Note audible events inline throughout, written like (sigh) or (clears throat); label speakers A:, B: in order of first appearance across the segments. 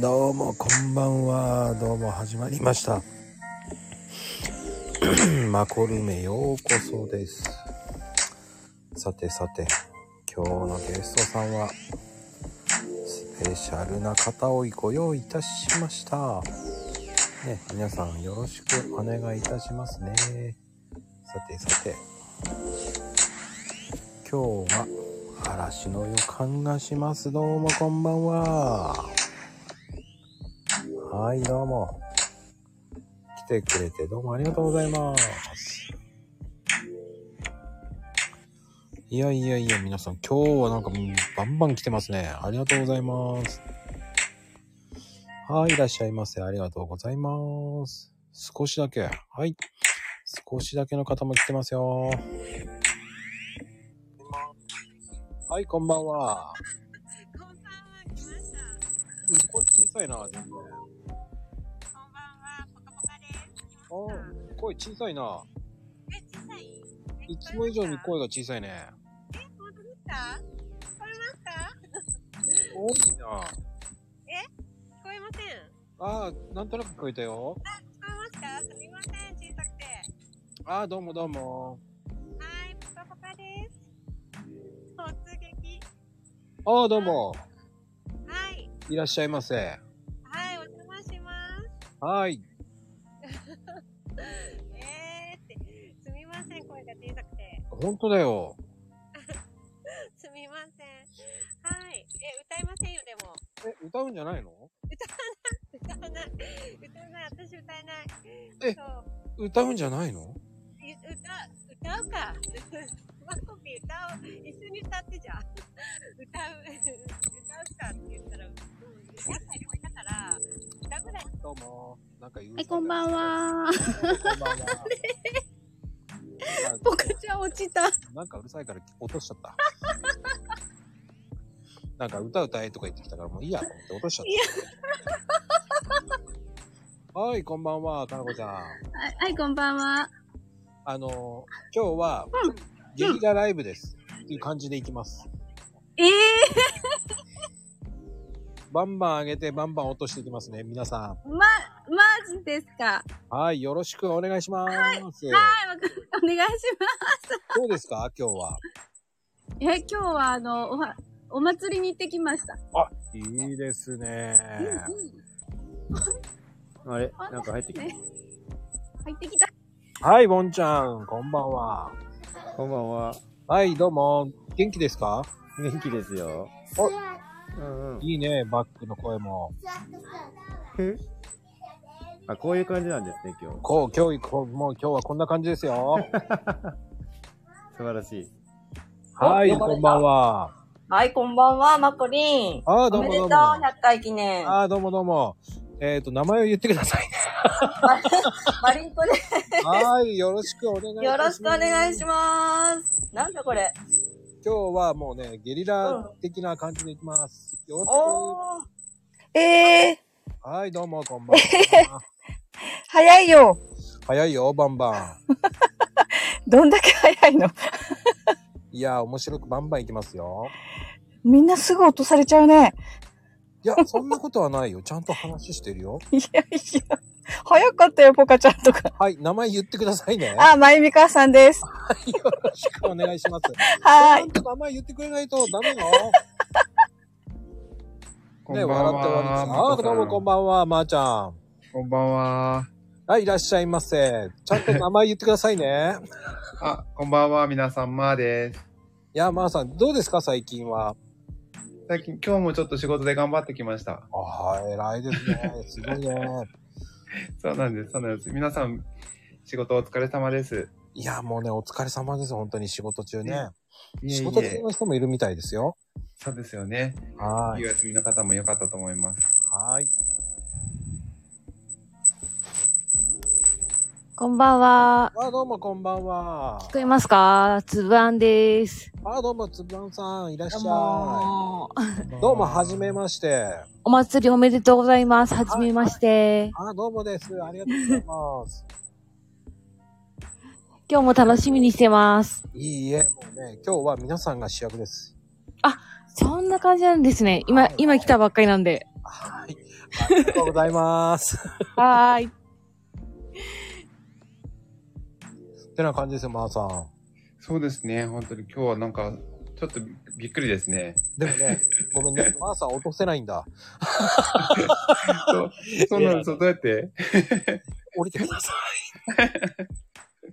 A: どうもこんばんはどうも始まりました (clears throat) マコルメようこそですさてさて今日のゲストさんはスペシャルな方をご用意いたしましたね皆さんよろしくお願いいたしますねさてさて今日は嵐の予感がしますどうもこんばんははい、どうも。来てくれてどうもありがとうございます。いやいやいや、皆さん、今日はなんかもうバンバン来てますね。ありがとうございます。はい、いらっしゃいませ。ありがとうございます。少しだけ。はい。少しだけの方も来てますよ。はい、こんば
B: こんばん
A: んは。
B: は、来ました。
A: これ小さいな、全然。
B: こんばんは、ぽかぽかです。来
A: お
B: ました
A: ー声小さいな。
B: え、小さい
A: いつも以上に
B: え、
A: 声が小さいね。
B: 本当ですか聞こえますか
A: 多いな。
B: 聞こえません。
A: ああ、なんとなく聞こえたよ。
B: 聞こえますかすみません、小さくて。
A: ああ、どうもどうも。
B: はい、ぽかぽかです。突撃。
A: ああ、どうも。
B: はい。
A: いらっしゃいませ。
B: はい、お邪魔します。
A: はい。
B: (laughs) えーって、すみません、声が小さくて。
A: ほんとだよ。
B: すみません。はい。え、歌いませんよ、でも。
A: え、歌うんじゃないの
B: 歌わない。歌わない。私歌えない。
A: え
B: そう。
A: 歌うんじゃないの
B: い歌、歌うか。 (laughs) マコピー歌おう。一緒に歌ってじゃん。歌う、歌うかって言ったら、うん、歌ったりもいたから、歌ぐらい。
A: どうも。なんか言う。
C: はい、こんばん。は。
A: こんばんは。
C: ポカちゃん落ちた。
A: なんかうるさいから落としちゃった。 (laughs) なんか歌歌えとか言ってきたからもういいやと思って落としちゃった。 (laughs) はい、こんばんは、かなこちゃん。
C: はい、こんばんは。
A: あのー、今日は
C: うん、
A: ゲリラライブです。っていう感じでいきます。
C: ええ
A: バンバン上げて、バンバン落としていきますね、皆さ
C: ー、 (laughs) ま、マジですか。
A: ん。はい、よろしくお願いします。
C: はい、わかお願いします。
A: どうですか今日は。
C: え、今日はあの、おは、お祭りに行ってきました。
A: あ、いいですね。
D: あれなんか入ってきた。
C: ね入ってきた。
A: はい、ボンちゃん、こんばんは。
D: こんばんは。
A: はい、どうも。元気ですか
D: 元気ですよ。
A: お
D: うんうん。
A: いいね、バックの声も。
D: あ、こういう感じなんですね、今日。
A: こう、今日、こうもう今日はこんな感じで
D: (laughs)
A: すよ。
D: 素晴らしい。
A: はい、
E: お呼ばれ
A: こ
E: た
A: んばんは。
E: はい、こんばんは、マコリン。
A: あーど
E: お
A: うも
E: めでとう、
A: どうも。あ
E: 100回記念。マ
A: ーどうもどうも。えっ、と、名前を言ってください。
E: リンコで
A: はい、よろしくお願いします
E: す。。よろしくお願いし
A: ま
E: ます。なんだこれ。
A: す。今日はもうね、ゲリラ的な感じでいきます。よ
E: お
A: ろ
E: ー。え
A: しく。はい、どうも、
F: (laughs)
A: こんばんは。
E: ー、早いよ。
A: 早いよ、バンバン。
E: どんだけ早いの
A: いや、面白くバンバンいきますよ。
E: みんなすぐ落とされちゃうね。
A: いや、そんなことはないよ。ちゃんと話してるよ。
E: いやいや。早かったよ、ポカちゃんとか。
A: はい、名前言ってくださいね。
E: あ、まゆみかさんです。
A: よろしくお願いします。
E: はーい。
A: ちょっと名前言ってくれないとダメよ。
G: こん
A: ね、
G: ばん
A: 笑って終わりです。
G: は。
A: あーどうもこん
G: ん。
A: ばんは、まー、ちゃん。
G: こんばんは。
A: はい、いらっしゃいませ。ちゃんと名前言ってくださいね。
G: あ、こんばんは、皆さん、まーです。
A: いや、まー、さん、どうですか、最近は。
G: 最近、今日もちょっと仕事で頑張ってきました。
A: ああ、偉いですね。すごいね。
G: (laughs) そうなんです、そうなんです。皆さん、仕事お疲れ様です。
A: いや、もうね、お疲れ様です。本当に仕事中ね。
G: いえ
A: 仕
G: い
A: 事中
G: え、
A: の人もいるみたいですよ。
G: そうですよね。
A: はい
G: い
A: い。
G: お休みの方も良かったと思います。
A: はい。
C: こんばんは。
A: あー、どうもこんばんは。
C: 聞こえますかつぶあんです。
A: あー、どうもつぶあんさん、いらっしゃい。
C: もう、
A: どうも、はじめまして。
C: お祭りおめでとうございます。はじめまして。
A: あー、どうもです。ありがとうございます。
C: 今日も楽しみにしてます。
A: いいえ、もうね、今日は皆さんが主役です。
C: そんな感じなんですね。今、今来たばっかりなんで。
A: はい。りがとうございます。
H: はーい。
A: ってな感じですよ、まー、さん。
G: そうですね。本当に今日はなんか、ちょっとびっくりですね。
A: でもね、ごめんね、 (laughs) まー、さん落とせないん
G: (laughs)
A: だ。
G: そう、 (laughs) そうなんですよ。どうやって
A: (laughs) 降りてください。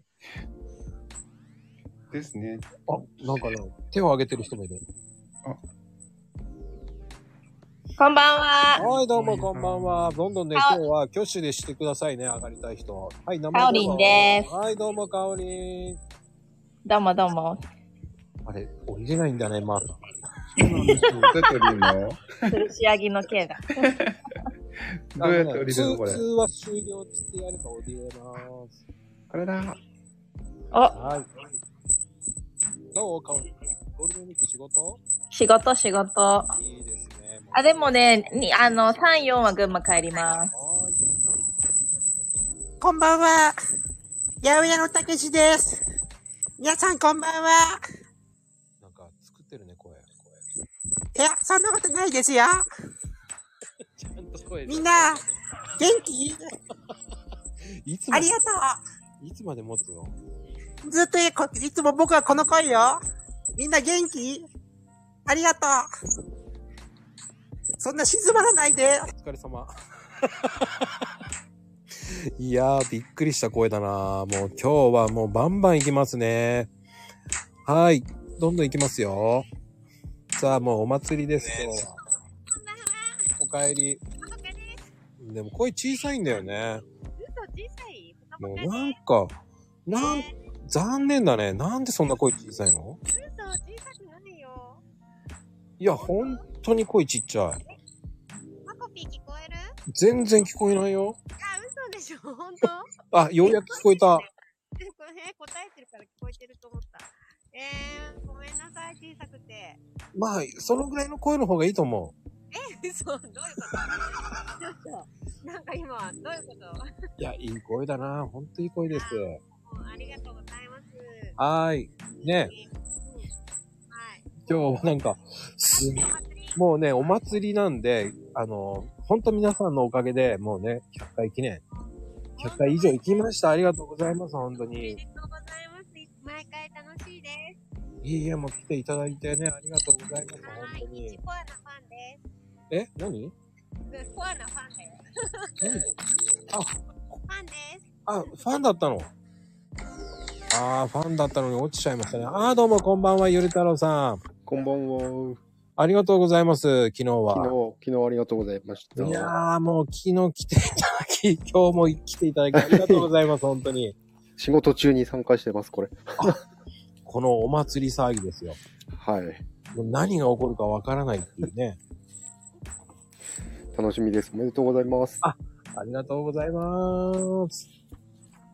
G: ですね。
A: あ、なんかね、手を挙げてる人もいる。
H: こんばんは。
A: はい、どうもこんばんは。どんどんね、今日は挙手でしてくださいね、上がりたい人。はい、名前。
H: かおりんです
A: はい、どうもかおりん。
H: どうもどうも。
A: あれ、降りれないんだね、まー、さん。
G: そうなんですよ。どうやって降りるの
H: 吊るし上げの件だ。
G: どうやって降りるのこれ
A: 通。通話終了つってやれば降りれます。
G: これだ。
H: お、
A: はい。どうかおりん。ゴールデンウィーク仕事
H: 仕事仕事。
A: いいですね。
H: あ、でも。ね、に、あの、3、4は群馬帰り
A: はー
H: ます。
A: い。
I: こんばんは。八百屋のたけしです。皆さんこんばんは。
A: なんか、作ってるね、声。
I: いや、そんなことないですよ。
A: (laughs) ちゃんと声
I: みんな、元気
A: いつ
I: あ
A: まで
I: り、が
A: いつまで持つの
I: とう。ずっとこ、いつも僕はこの声よ。みんな元気ありがとう。そんな静まらないで。
A: お疲れ様。いやー、びっくりした声だなもう今日はもうバンバンいきますね。はい。どんどんいきますよ。さあ、もうお祭りです、今日は。おかえり。
B: ほかほかです。
A: でも声小さいんだよね。
B: 嘘小さいほか
A: も
B: ほ
A: う
B: か
A: なん
B: で
A: か、なん、残念だね。なんでそんな声小さいの
B: す。嘘小さくないよ。
A: いや、本当に声ちっちゃい。
B: マコピー聞こえる
A: 全然聞こえないよ。
B: あ、嘘でしょ本当
A: (laughs) あ、ようやく聞こえた。
B: でこれね答えてるから聞こえてると思った。えー、ごめんなさい、小さくて。
A: まあ、そのぐらいの声の方がいいと思う。
B: 嘘、どういうことちょっと、なんか今、どういうこと
A: いや、いい声だな。ほんといい声です。
B: もうありがとうございます。
A: はーい。ね、
B: はい。
A: 今日はなんか、す
B: お祭り、
A: もうね、お祭りなんで、あの、ほんと皆さんのおかげで、もうね、100回記念。100回以上行きました。ありがとうございます、本当
B: おめで
A: に。
B: とうございます。毎回楽しいです。
A: いいえ、もう来ていただいてね、ありがとうございます、
B: は
A: 本当
B: い。一
A: に。
B: コアなファンで
A: え、何
B: す。コアなファンだよ。
A: あ
B: ファンです。
A: あ、ファンだったのあー、ファンだったのに落ちちゃいましたね。あー、どうもこんばんは、ゆる太郎さん。
J: こんばんは。
A: ありがとうございます、昨日は。
J: 昨日、昨日ありがとうございました。
A: いやー、もう昨日来ていただき、 (laughs) 今日も来ていただき、ありがとうございます、本当に。
J: 仕事中に参加してます、これ。
A: このお祭り騒ぎですよ。
J: はい。
A: もう何が起こるかわからないっていうね。
J: 楽しみです。おめでとうございます。
A: ありがとうございます。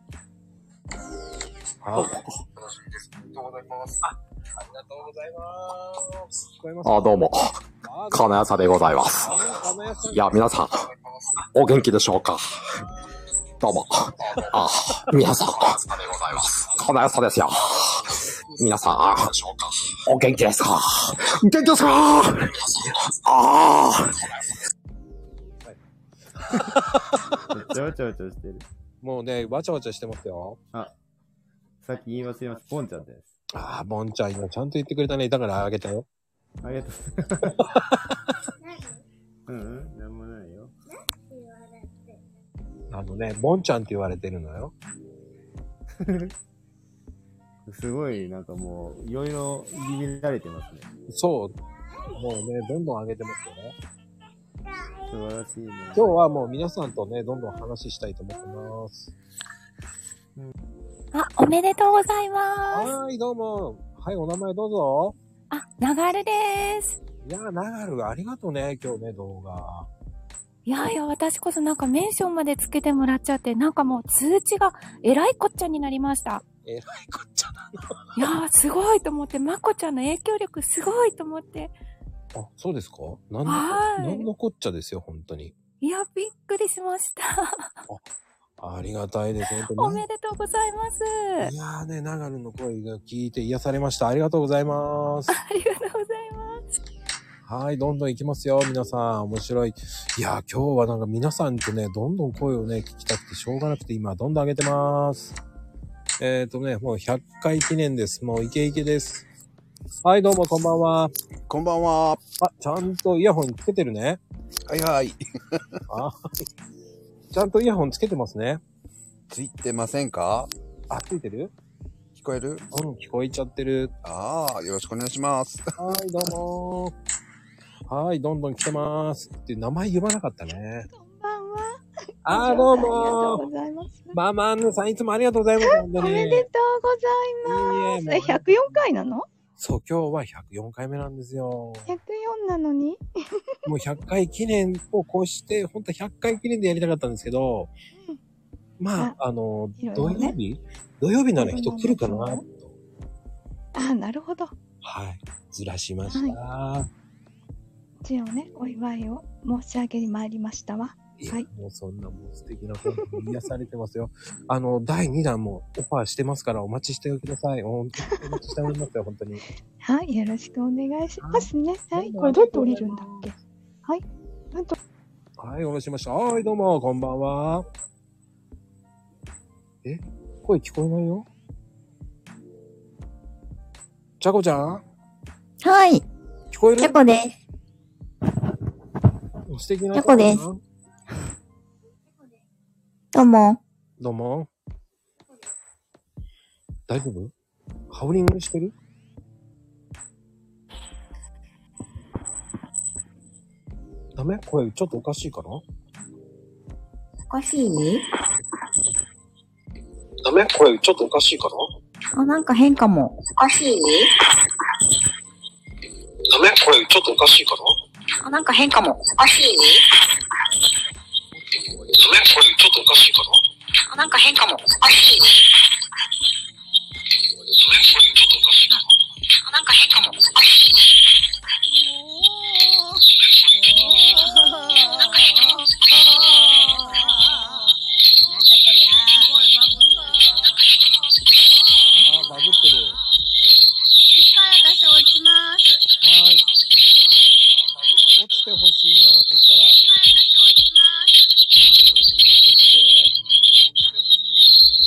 J: 楽しみで
A: あ、あり
J: す。おめでとうございます。
A: がとうございます。聞こえます
K: あ、どうも。
A: あ
K: 金谷さんでございます。
A: 金谷さん
K: いや、皆さん、お元気でしょうかどうも。あ、皆さん、金谷さんですよ。皆さん、お元気ですか元気ですかああ。
L: ちょちょちょしてる。
A: もうね、わちゃわちゃしてますよ。
L: さっき言い忘れました。ポンちゃんです。
A: ああ、ボンちゃん今ちゃんと言ってくれたね。だからあげたよ。
L: ありがとうございます。うんうん、なんもないよ。
A: あのね、ボンちゃんって言われてるのよ。
L: すごい、なんかもう、いろいろいじめられてますね。
A: そう。もうね、どんどんあげてますよね。
L: 素晴らしいね。
A: 今日はもう皆さんとね、どんどん話したいと思ってます。
M: あ、おめでとうございます。
A: はーい、どうも。はい、お名前どうぞ。
M: あ、流れです。
A: いやー、ながる、ありがとうね、今日ね、動画。
M: いやいや、私こそなんかメンションまでつけてもらっちゃって、なんかもう通知がえらいこっちゃになりました。
A: えらいこっちゃな。
M: いやー、すごいと思って、まこちゃんの影響力すごいと思って。
A: あ、そうですかなんの、
M: はーい
A: なんのこっちゃですよ、本当に。
M: いや、びっくりしました。
A: ありがたいです、本当に。
M: おめでとうございます。
A: いやーね、ながるの声が聞いて癒されました。ありがとうございます。
M: ありがとうございます。
A: はい、どんどん行きますよ、皆さん。面白い。いやー、今日はなんか皆さんとね、どんどん声をね、聞きたくてしょうがなくて、今、どんどん上げてます。えっ、ー、とね、もう100回記念です。もうイケイケです。はい、どうも、こんばんは。こんばんは。あ、ちゃんとイヤホンつけてるね。はいはい。 (laughs) あはいちゃんとイヤホンつけてますね。ついてませんかあ、ついてる聞こえるうん、聞こえちゃってる。ああ、よろしくお願いします。はい、どうもはい、どんどん来てます。って名前言わなかったね。あーど
K: あ
A: うも
K: りがとうございます。
A: ママンヌさん、いつもありがとうございます。本当
K: お
A: に
K: めでとうございます。え、104回なの
A: そう、今日は104回目なんですよ。
K: ?104 なのに
A: もう100回記念をこうして、本当は100回記念でやりたかったんですけど、まあ、あの、
K: いろいろ
A: 土曜
K: ね
A: 日、土曜日な
K: い
A: ら
K: ろ
A: 人
K: いろ
A: 来るかな
K: あ、なるほど。
A: はい。ずらしました。
K: 一応ね、お祝いを申し上げに参りましたわ。はい。
A: もうそんなもう素敵な本当に癒されてますよ。あの、第2弾もオファーしてますからお待ちしてください。本当にお待ちしておりますよ、本当に。
K: はい、よろしくお願いしますね。はい、これどうやって降りるんだっけはい。なんと、
A: はい、おろしました。はい、どうも、こんばんは。え声聞こえないよちゃこちゃん
I: はい。
A: 聞こえる
I: チャコです。
A: 素敵な。
I: チャコです。どうも。
A: どうも。大丈夫ハウリングしてるダメ声ちょっとおかしいかな
I: おかしい
A: ダメ声ちょっとおかしいかな
I: あ、なんか変かも。おかしい
A: ダメ声ちょっとおかしいかな
I: あ、なんか変かも。おかしい
A: ダメ声ちょっとおかしいかな
I: あ、なんか変かも。おかしいあ、なんか変かも。おかしい
A: あ、バグってる。
N: 一回私落ちます。
A: はい。落ちてほしいな、そしたら。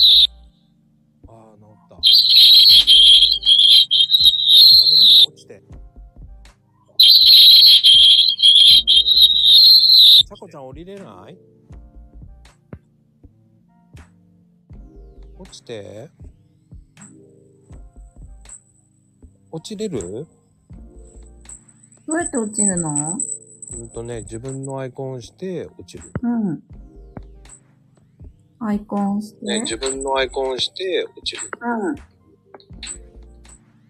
A: ああ、治った。ダメなの落ちて。さこちゃん降りれない落ちて。落ちれる
I: どうやって落ちるの
A: うんとね、自分のアイコンを押して落ちる。
I: うん。アイコンして。
A: ね、自分のアイコンを押して落ちる。
I: うん。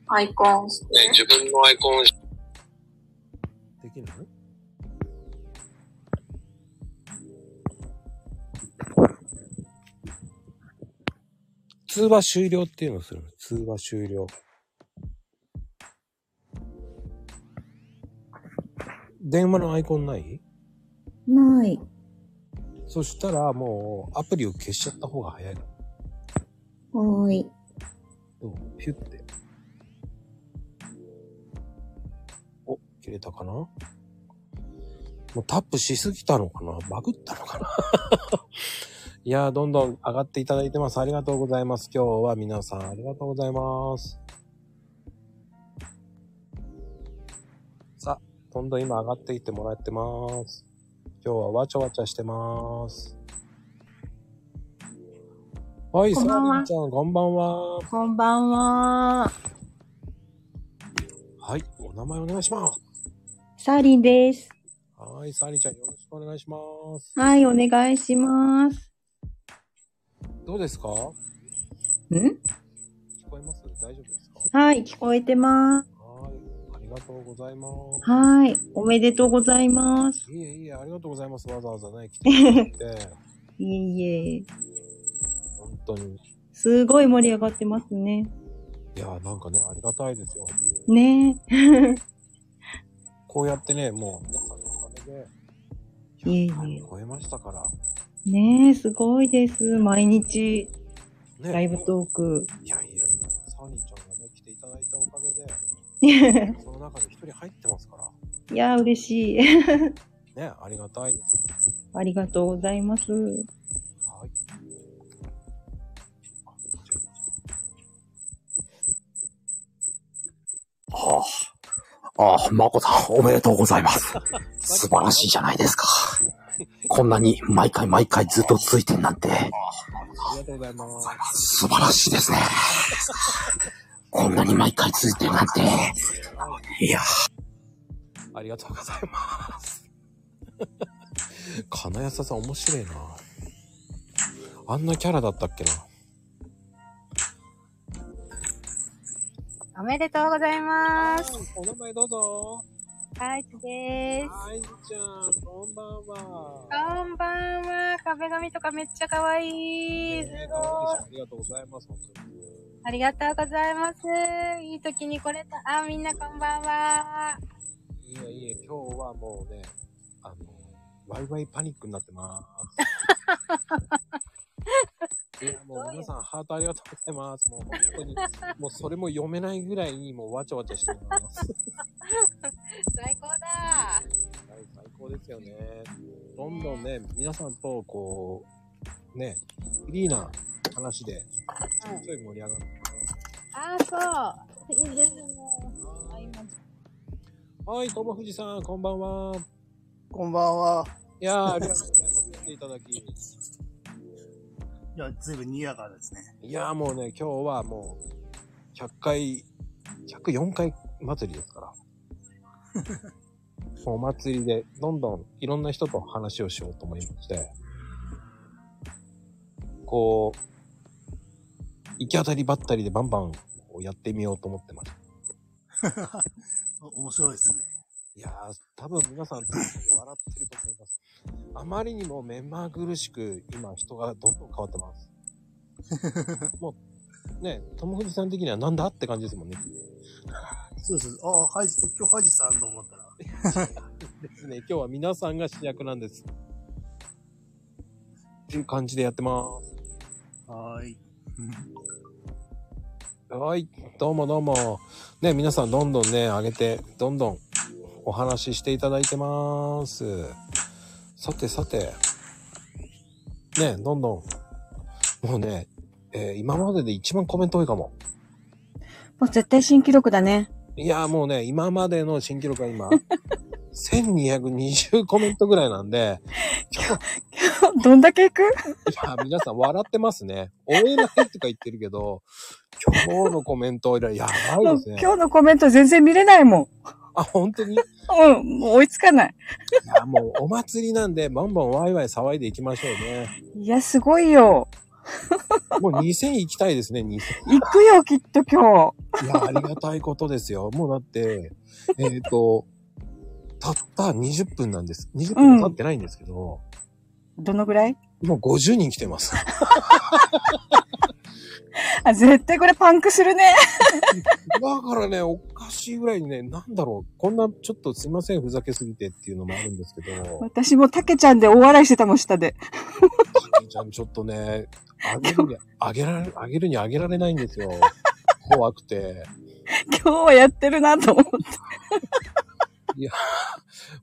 I: アイコンし
A: ね、自分のアイコンを押して。できない通話終了っていうのをするの。通話終了。電話のアイコンない
I: ない。
A: そしたらもうアプリを消しちゃった方が早いの。
I: ほーい。
A: どうピュって。お、切れたかなもうタップしすぎたのかなバグったのかな (laughs) いやー、どんどん上がっていただいてます。ありがとうございます。今日は皆さんありがとうございます。さあ、どんどん今上がっていってもらってます。今日はわちゃわちゃしてます。はい、
O: こんばんは
A: サーリンちゃん、こんばんは。
O: こんばんは。
A: はい、お名前お願いします。
O: サーリンです。
A: はい、サーリーちゃんよろしくお願いします。
O: はい、お願いします。
A: どうですか
O: ん
A: 聞こえます大丈夫ですか
O: はい、聞こえてます。
A: はい、ありがとうございます。
O: はい、おめでとうございます。
A: いえいえ、ありがとうございます。わざわざね、来てくれ
O: (laughs)
A: て、
O: いえいえ。
A: 本当に。
O: すごい盛り上がってますね。
A: いや、なんかね、ありがたいですよ。
O: ねえ。
A: こうやってね、もう、皆さんのおかげで、
O: いえい
A: 超えましたから。
O: え。ねえ、すごいです。毎日、
A: ね
O: ライブトーク。
A: いやいや、
O: (laughs)
A: サーリーちゃんがね、来ていただいたおかげで、その中に一人入ってますから。
I: いやー、嬉しい。 (laughs)
A: ね、ありがたいです。
I: ありがとうございます。
A: はい。
K: ああ、ああ、まこさん、おめでとうござい
A: (laughs)
K: ます。素晴らしいじゃないですか。こんなに毎回毎回ずっとついてんなんて、
A: ありがとうございます。
K: 素晴らしいですね。こんなに毎回ついてるなんて、いや、
A: ありがとうございます。金谷さん面白いな。あんなキャラだったっけな。
M: おめでとうございます。
A: お名前どうぞ。
M: はい、ちで
A: はい、ちゃん、こんばんは。
M: す。こんばんは。壁紙とかめっちゃ可愛い。すごい。
A: ありがとうございます。本当に
M: ありがとうございます。いい時に来れた。あ、みんな (laughs) こんばんは。
A: いいえ、いいえ、今日はもうね、あの、ワイワイパニックになってます。いや、もう皆さん、ハートありがとうございます。もう本当に、もうそれも読めないぐらいに、もうわちゃわちゃしてます。
M: 最高だ。
A: はい最高ですよね。どんどんね、皆さんと、こう、ね、フリーな話で、ちょいちょい盛り上がって。
M: あー、そう。いいですね。あ今
A: はい、ともふじさん、こんばんは。
P: こんばんは。
A: いやー、ありがとうございます。来ていただき。
P: いや、ずいぶんにやかですね。
A: いやーもうね、今日はもう、100回、104回祭りですから。もうお祭りで、どんどんいろんな人と話をしようと思いまして、こう、行き当たりばったりでバンバンこうやってみようと思ってました。
P: お面白いですね。
A: いやー、多分皆さん、笑ってると思います。あまりにも目まぐるしく、今人がどんどん変わってます。
P: (laughs)
A: もう、ね、ともふじさん的にはなんだって感じですもんね。
P: そうです。ああ、ハイジ、今日ハイジさんと思ったら。
A: ですね、今日は皆さんが主役なんです。っていう感じでやってます。
P: はーい。
A: はい、どうもどうも。ね、皆さんどんどんね、上げて、どんどんお話ししていただいてます。さてさて、ね、どんどん、もうね、えー今までで一番コメント多いかも。
F: もう絶対新記録だね。
A: いやーもうね、今までの新記録
P: (laughs)
A: は今、1220コメントぐらいなんで、
F: どんだけいく
A: いや、皆さん笑ってますね。追えないとか言ってるけど、今日のコメント、やばいですね。
F: 今日のコメント全然見れないもん。
A: あ、本当にい
F: うん、もう追いつかない。
A: や、もうお祭りなんで、バンバンワイワイ騒いでいきましょうね。
F: いや、すごいよ。
A: もう2000行きたいですね、2000。
F: 行くよ、きっと今
A: いや、ありがたいことですよ。もうだって、えっ、と、たった20分なんです。20分も経ってないんですけど、
F: 日。どのぐらい
A: もう50人来てます。
F: あ、絶対これパンクするね。
A: だからね、おかしいぐらいにね、なんだろう、こんなちょっとすいません、ふざけすぎてっていうのもあるんですけど、
F: 私もたけちゃんで大笑いしてたもん、下で。
A: たけちゃんちょっとね、あげるに、あげられ、あげるにあげられないんですよ。怖くて。
F: (laughs) 今日はやってるなと思って。
A: いや、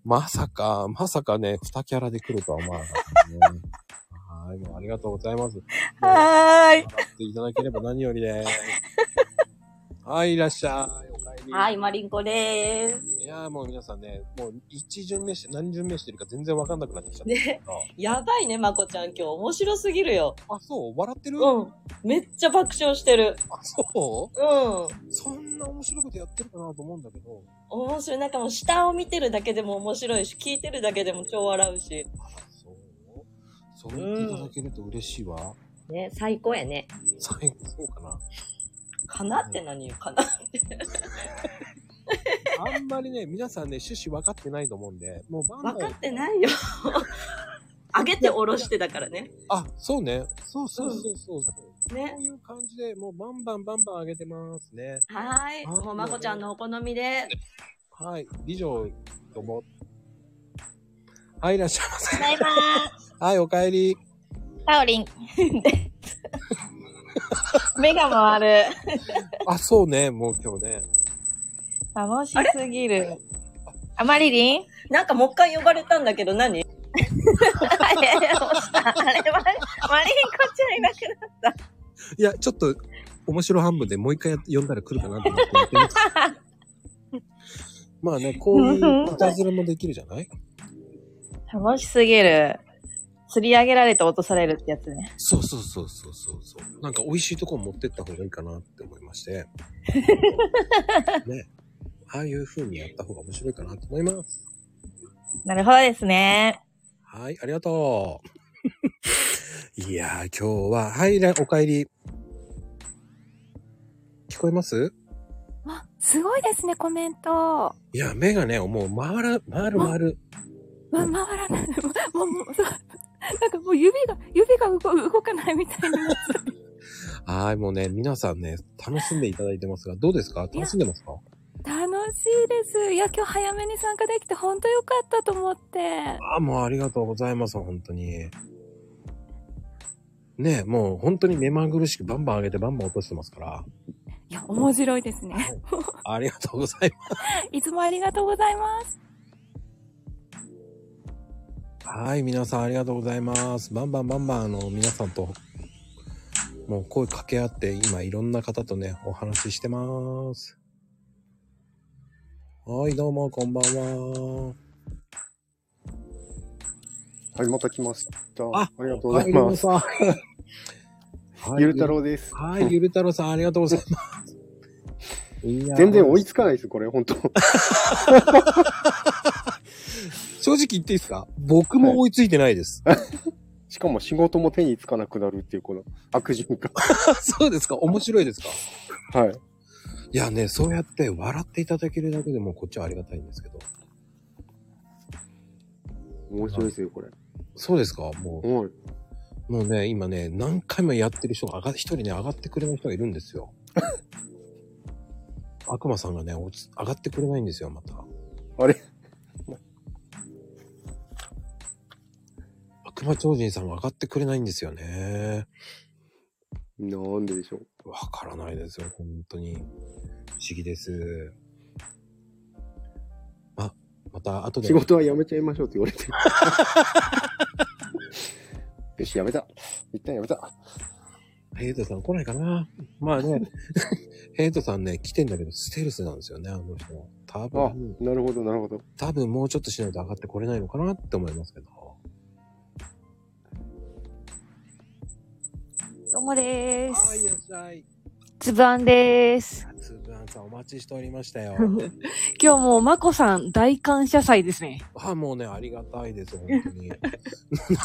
A: まさか、まさかね、二キャラで来るとは思わなかったですね。はい、もうありがとうございます。
F: はーい。
A: やっていただければ何よりです。はい、いらっしゃい。お帰り。
E: はい、マリンコでーす。
A: いやーもう皆さんね、もう一巡目して、何巡目してるか全然わかんなくなってきちゃった。
E: ね、やばいね、まこちゃん、今日面白すぎるよ。
A: あ、そう笑ってる
E: うん。めっちゃ爆笑してる。
A: あ、そう
E: うん。
A: そんな面白いことやってるかなと思うんだけど、
E: 面白い。なんかもう下を見てるだけでも面白いし、聞いてるだけでも超笑うし。
A: そう言っていただけると嬉しいわ。
E: ね、最高やね。
A: 最高そうかな。
E: かなって何よ、かなって。
A: あんまりね、皆さんね、趣旨分かってないと思うんで、もうバンバン
E: 分かってない (laughs) よ。上げて下ろしてだからね。
A: あ、そうね。そうそうそうそうそう。
E: ね。
A: こういう感じで、
M: (laughs)
A: もうバンバンバンバン上げてますね。
E: はーい。もうまこちゃんのお好みで。
A: はい。以上、どうも。はい、いらっしゃいませ。
H: ただいま
A: はい、お帰り。
H: ー。パオリン。 (laughs) 目が回る。
A: あ、そうね、もう今日ね。
H: 楽しすぎる。
Q: あまりりんなんかもう一回呼ばれたんだけど (laughs) 何あれ、押した。あれ、マリマリンこっちはいなくなっ
A: いや、ちょっと、面白半分でもう一回や呼んだら来るかなと思ってやってみた。 (laughs) まあね、こういういたずらもできるじゃない
Q: た。楽しすぎる。釣り上げられて落とされるってやつね。
A: そうそうそうそうそうそう。なんか美味しいとこ持ってった方がいいかなって思いまして。
Q: (laughs)
A: ね。ああいう風にやった方が面白いかなと思います。
Q: なるほどですね。
A: はい、ありがとう。 (laughs) いやー、今日は、はい、らお帰り。聞こえます
M: あ、すごいですね、コメント。わ、
A: いや、目がね、もう回ら、回る回る。
M: 回らない。 (laughs) もう、もう、そうなんかもう指が、指が動動かないみたいになっ (laughs) ちゃって
A: はい、もうね、皆さんね、楽しんでいただいてますが、どうですか楽しんでますか
M: 楽しいです。いや、今日早めに参加できて本当良かったと思って。
A: ああ、もうありがとうございます、本当に。ねえ、もう本当に目まぐるしくバンバン上げてバンバン落としてますから。
M: いや、面白いですね。 (laughs)
A: ありがとうございます。
M: いつもありがとうございます。
A: はい、皆さんありがとうございます。バンバンバンバン、あの、皆さんと、もう声掛け合って、今いろんな方とね、お話ししてます。はい、どうも、こんばんは。
L: はい、また来ました。ありがとうご
A: は
L: ざい
A: い、どう
L: ま
A: も
L: す。
A: さん。はい
L: ゆる太郎です。
A: はい、ゆる太郎さん、ありがとうございます。いやー
L: 全然追いつかないです、これ、本当
A: (laughs) 正直言っていいですか (laughs) 僕も追いついてないです。
L: しかも仕事も手につかなくなるっていう、この悪循
A: (laughs)
L: 環。 (laughs)
A: そうですか面白いですか
L: はい。
A: いやね、そうやって笑っていただけるだけでもこっちはありがたいんですけど。
L: 面白いですよ、これ。
A: そうですかもう。もうね、今ね、何回もやってる人が上が、一人ね、上がってくれない人がいるんです
L: (laughs)
A: よ。悪魔さんがね、落ち上がってくれないんですよ、また。
L: あれ
A: (laughs) 悪魔超人さんが上がってくれないんですよね。
L: なんででしょ
A: う。わからないですよ、本当に。不思議です。あ、また後で。
L: 仕事はやめちゃいましょうって言われてる。よし、やめた。一旦やめた。
A: ヘイトさん来ないかなまあ
L: (laughs)
A: ね、ヘイトさんね、来てんだけど、ステルスなんですよね、あの人は。多分。
L: なるほど、なるほど。
A: 多分もうちょっとしないと上がってこれないのかなって思いますけど。
C: どうもでーす。
A: はい、いらっしゃい。
C: つぶあんでーす。
A: つぶあんさんお待ちしておりましたよ。
C: (laughs)
L: (laughs)
C: 今日もうまこさん大感謝祭ですね。
A: あ、もうね、ありがたいです、本当
L: (laughs)
A: に。な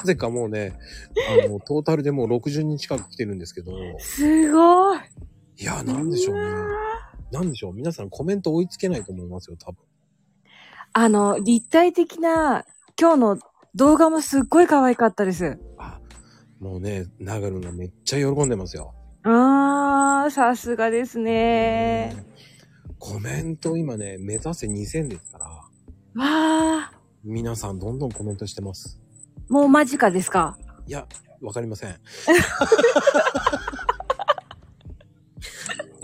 A: ぜかもうね、あの、トータルでもう60人近く来てるんですけど、
C: すごい。
A: いや、なんでしょうね。なんでしょう、皆さんコメント追いつけないと思いますよ、多分。
C: あの、立体的な今日の動画もすっごい可愛かったです。
A: もうね、長野がめっちゃ喜んでますよ。
C: あー、さすがですね
A: コメント今ね、目指せ2000ですから、
C: わー、
A: 皆さんどんどんコメントしてます。
C: もう間近ですか
A: いや、わかりません。あ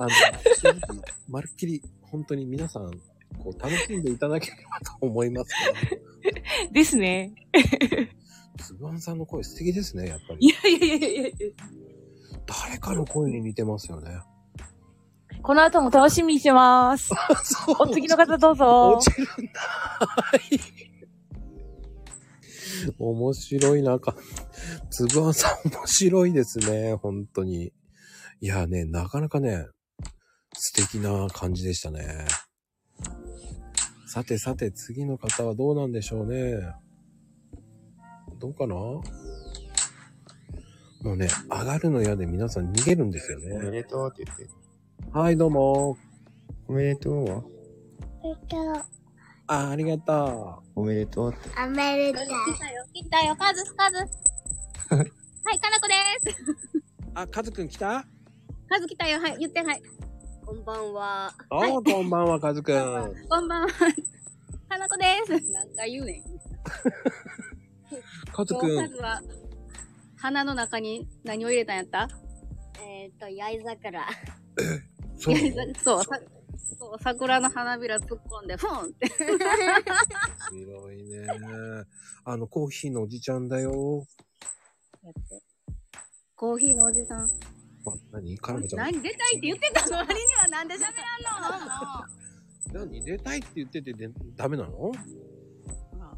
A: の、正直まるっきり、本当に皆さん、こう、楽しんでいただければと思いますけど。
C: ですね。
A: つぶあんさんの声素敵ですね、やっぱり。
C: いやいやいやいやいや。
A: 誰かの声に似てますよね。
C: この後も楽しみにして
A: (laughs)
C: ます。お次の方どうぞ。
A: 落ちるんだ。面白いな、か、つぶあんさん面白いですね、本当に。いやね、なかなかね、素敵な感じでしたね。さてさて、次の方はどうなんでしょうね。どうかなもうね、上がるの嫌で皆さん逃げるんですよね。おめでとうって言って。はい、どうも。おめでとうは
R: えっと、
A: あ、ありがとう。おめでとうって。
R: アメリカ。来たよ、来たよ、カズ、カズ。
S: (laughs)
R: はい、かなこ
I: (laughs)
R: です。
A: あ、かずくん来た
R: カズ来たよ、はい、言って、はい。こんばんは。
A: あ、こんばんは、かずくん。
R: こんばんは。かなこです。なんか言うね
A: かずくん。
R: は、花の中に何を入れたんやったえっと、八重桜。
D: (laughs)
A: そう。
R: そう、さ
D: そう桜の花びら突っ込んで、フン (laughs) って。
A: 白いね。あの、コーヒーのおじちゃんだよ。
D: コーヒーのおじさん。
A: ま、何カラメちゃん。
D: 何出たいって言ってたの (laughs) 割にはなんで喋らんの
A: 何出たいって言っててでダメなの
D: ほら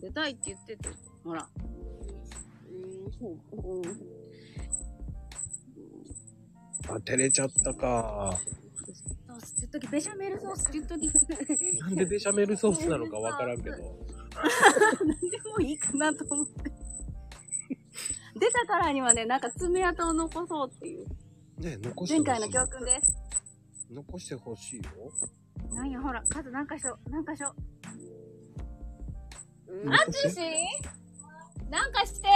D: 出たいって言ってて、ほら。うん、そう。うん
A: あ、照れちゃったか。
D: ソースって言っとき、ベシャメルソースって言っとき。
A: なんでベシャメルソースなの
D: (laughs)
A: かわからんけど。
D: 何でもいいかなと思って。出たからにはね、なんか爪痕を残そうっていう。
A: ね残して
D: 前回
A: ほし
D: の
A: い。
D: 教訓です。
A: 残してほしいよ。
D: なんや、ほら、数何箇所、何箇所。
A: うん
T: アンジュシーなんかして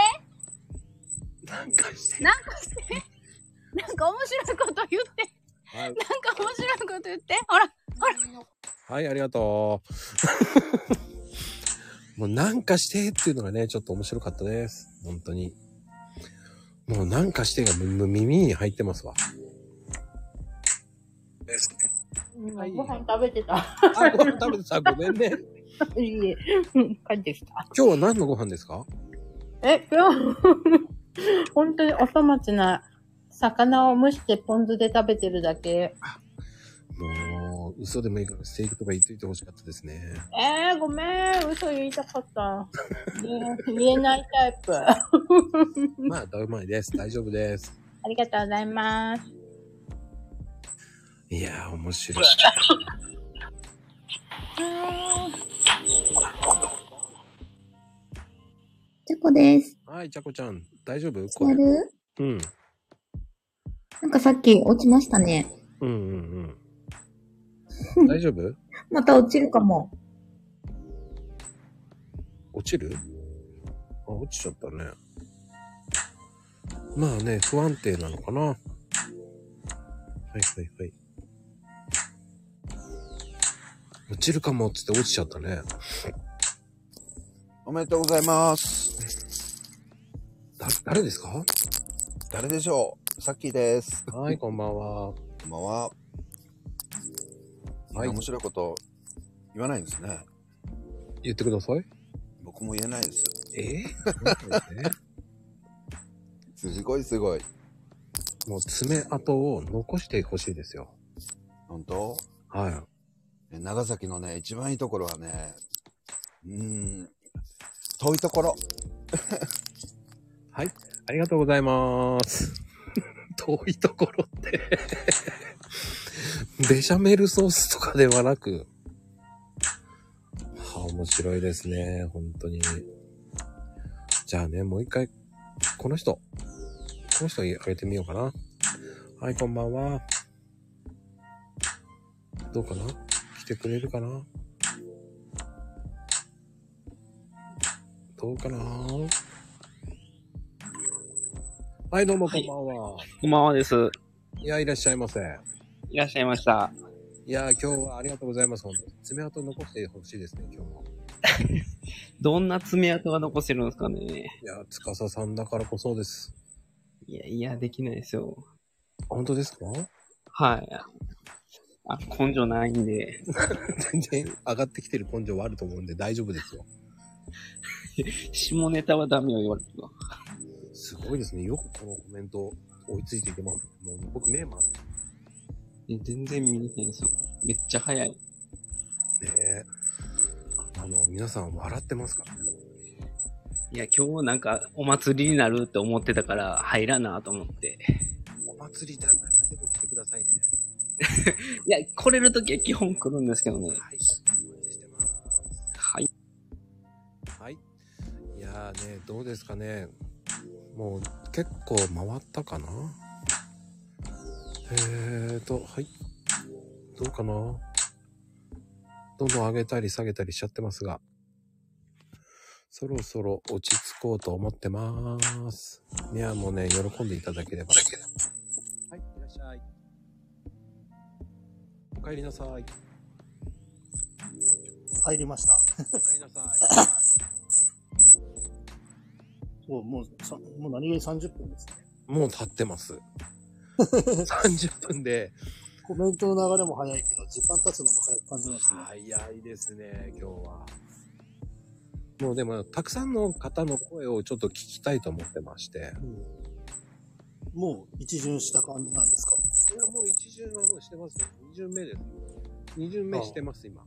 A: なんかして
T: なんかしてなんか面白いこと言って。
A: は
T: なん
A: い
T: か面白いこと言って。ほら、ほら。
A: はい、ありがとう。 (laughs) もうなんかしてっていうのがね、ちょっと面白かったです。本当に。もうなんかしてがもう耳に入ってますわ。
I: ご飯食べてた。
A: あ、ご飯食べてた。ごめ
D: (laughs)
A: んね。
R: (laughs)
I: いいえ。うん帰ってきた。
A: 今日は何のご飯ですか
I: え、今日、 (laughs) 本当にお粗末な魚を蒸してポン酢で食べてるだけ。
A: もう、嘘でもいいからステーキとか言っといてほしかったですね。
I: えー、ごめん。嘘言いた
S: (laughs)
I: かった。ね言えないタイプ。あ
A: まあ、だうまいです。大丈夫です。
I: りがとうございます。
A: いやー、面白い。
S: チョコです。
A: はい、ちゃこちゃん、大丈夫
S: やる
A: うん。
S: なんかさっき落ちましたね。
A: うんうんうん。大丈夫
S: また落ちるかも。
A: 落ちるあ、落ちちゃったね。まあね、不安定なのかな。はいはいはい。落ちるかもっつって落ちちゃったね。
L: おめでとうございます。
A: だ、誰ですか
L: 誰でしょうさっきです。
A: はい、こんばんは。
L: こんばんは。
A: はい
L: 面白いこと言わないんですね。
A: 言ってください。
L: 僕も言えないです。
A: え (laughs)
L: すごいすごい。
A: もう爪痕を残してほしいですよ。
L: 本当はい。長崎のね、一番いいところはね、うーん、遠いところ。
A: はい、ありがとうございます。 (laughs) 遠いところって。ベシャメルソースとかではなく。はあ、面白いですね。本当に。じゃあね、もう一回、この人。この人あげてみようかな。はい、こんばんは。どうかな来てくれるかなどうかなはい、どうもこんばんは。
U: こんばんはです。
A: いや、いらっしゃいませ。
U: いらっしゃいました。
A: いや、今日はありがとうございます。本当に爪痕残してほしいですね、今日も。
U: どんな爪痕が残せるんですかね。
A: いや、司さんだからこそです。
U: いや、いや、できないですよ。
A: 本当ですか
U: はい。あ、根性ないんで。 (laughs)
A: 全然上がってきてる根性はあると思うんで大丈夫ですよ。
U: 下ネタはダメよ、言われてるわ。
A: すごいですね。よくこのコメント追いついていけます。もう僕目回って。
U: いや全然見れないですよ。めっちゃ早い。
A: ねえ。あの、皆さん笑ってますからね。
U: いや、今日なんかお祭りになるって思ってたから入らなと思って。 (laughs)
A: お祭りだからでも来てくださいね。
U: いや、来れるときは基本来るんですけどね。はい。
A: はい。いやーね、どうですかね。もう結構回ったかなえーと、はい。どうかなどんどん上げたり下げたりしちゃってますが。そろそろ落ち着こうと思ってます。いや、もうね、喜んでいただければ。はい、いらっしゃい。お帰りなさい。 (laughs)
V: 入りました。 (laughs) もう、もう、さもう何気に30分ですね。
A: もう経ってます。30分で、
V: コメントの流れも早いけど、時間経つのも早く感じますね。
A: 早いですね、今日は。もうでも、たくさんの方の声をちょっと聞きたいと思ってまして。
V: もう一巡した感じなんですか
A: いや、もう一巡はもうしてますよ。二巡目です。二巡目してます、今。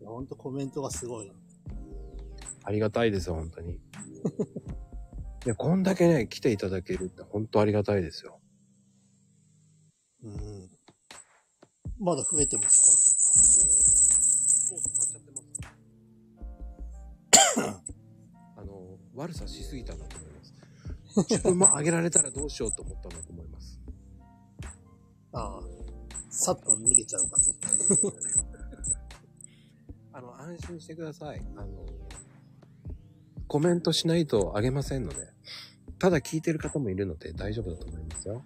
V: いや、ほんとコメントがすごいな。
A: ありがたいですよ、本
V: (laughs)
A: 当に。いや、こんだけね、来ていただけるって本当ありがたいですよ。
V: うん。まだ増えてますか
A: あの、悪さしすぎたなと思います。自分も上げられたらどうしようと思ったんだと思います。
V: ああ。さっと逃げちゃう感じ。
A: (laughs) あの、安心してください。あの、コメントしないとあげませんので、ただ聞いてる方もいるので大丈夫だと思いますよ。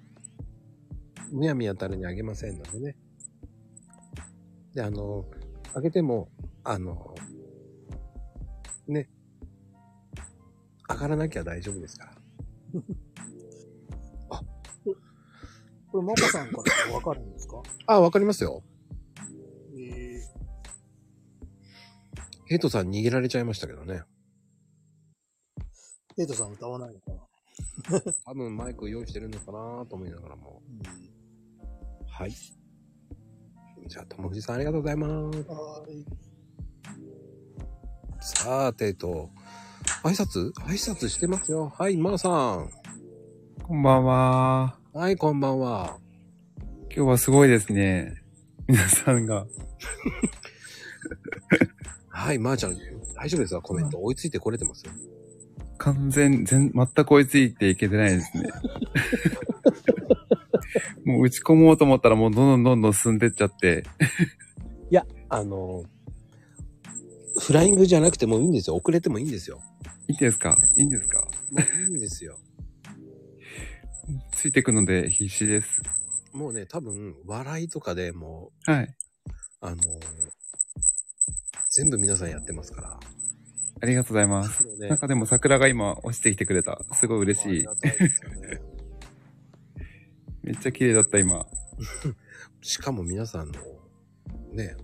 A: むやみやたらにあげませんのでね。で、あの、あげても、あの、ね、上がらなきゃ大丈夫ですから。
V: これ、マコさんからわかるんですか
A: あ、わかりますよ。
V: ええ
A: ヘイトさん逃げられちゃいましたけどね。
V: ヘイトさん歌わないのかな
A: 多分マイク用意してるのかなと思いながらも。はい。じゃあ、ともふじさんありがとうございます。
V: はい。
A: さーてと、挨拶挨拶してますよ。はい、まーさん。
G: こんばんは。
A: はい、こんばんは。
G: 今日はすごいですね。皆さんが。
A: はい、まー、ちゃん、大丈夫ですかコメント追いついてこれてます
G: 完全、全、全く追いついていけてないで
A: (laughs)
G: すね。もう打ち込もうと思ったらもうどんどんどんどん進んでっちゃって。
A: いや、あの、フライングじゃなくてもいいんですよ。遅れてもいいんですよ。
G: いいですかいいんですか
A: もういいんですよ。
G: ついてくので必死です。
A: もうね、多分、笑いとかでも
G: はい。
A: う、あの、全部皆さんやってますから。
G: ありがとうございます。
A: そうね
G: なんかでも桜が今落ちてきてくれた。すごい嬉しい。 (laughs) めっちゃ綺麗だった今。
A: しかも皆さんの、ね、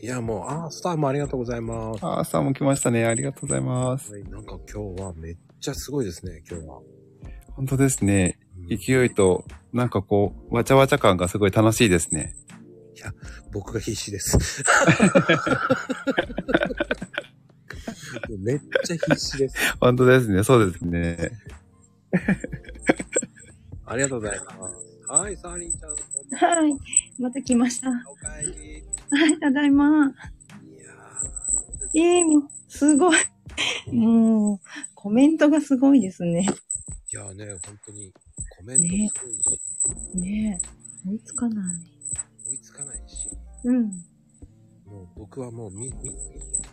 A: いやもう、あー、スターもありがとうございます。
G: あー、さんも来ましたね。ありがとうございます。
A: はい、なんか今日はめっちゃすごいですね、今日は。
G: 本当ですね。勢いと、なんかこう、わちゃわちゃ感がすごい楽しいですね。
A: 僕が必死です。めっちゃ必死です。
G: 本当ですね。そうですね。
A: ありがとうございます。はい、サーリンちゃん。
I: はい。また来ました。はい、ただいま。ええもう、すごい。もう、コメントがすごいですね。
A: いやね、本当に、コメントもすごいし、
I: ねえ、追いつかない。
A: 追いつかないし、
I: うん。
A: もう僕はもう見、見、見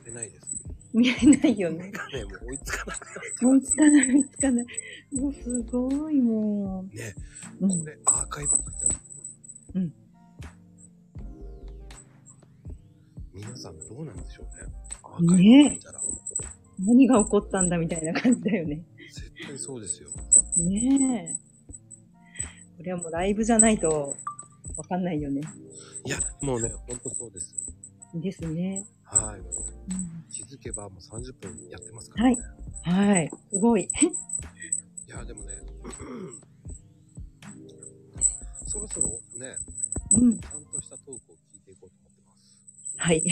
A: てないです。
I: 見えないよね。
A: 画面も (laughs) う追いつかない。
I: 追いつかない、追いつかない。もう、すごい、もう。
A: ね
I: う
A: こ
I: ん。
A: れ、アーカイブ見たら、
I: うん。
A: 皆さんどうなんでしょうね。
I: ねえ。何が起こったんだみたいな感じだよね。
A: 絶対そうですよ。
I: ねえ。これはもうライブじゃないと、わかんないよね。
A: いや、もうね、ほんとそうです。
I: ですね。
A: はい。も
I: うん
A: う気づけばもう30分やってますから。
I: はい。はい。すごい。 (laughs)
A: いや、でもね、そろそろね、
I: うん
A: ちゃんとしたトークを聞いていこうと思ってます。
I: はい。 (laughs)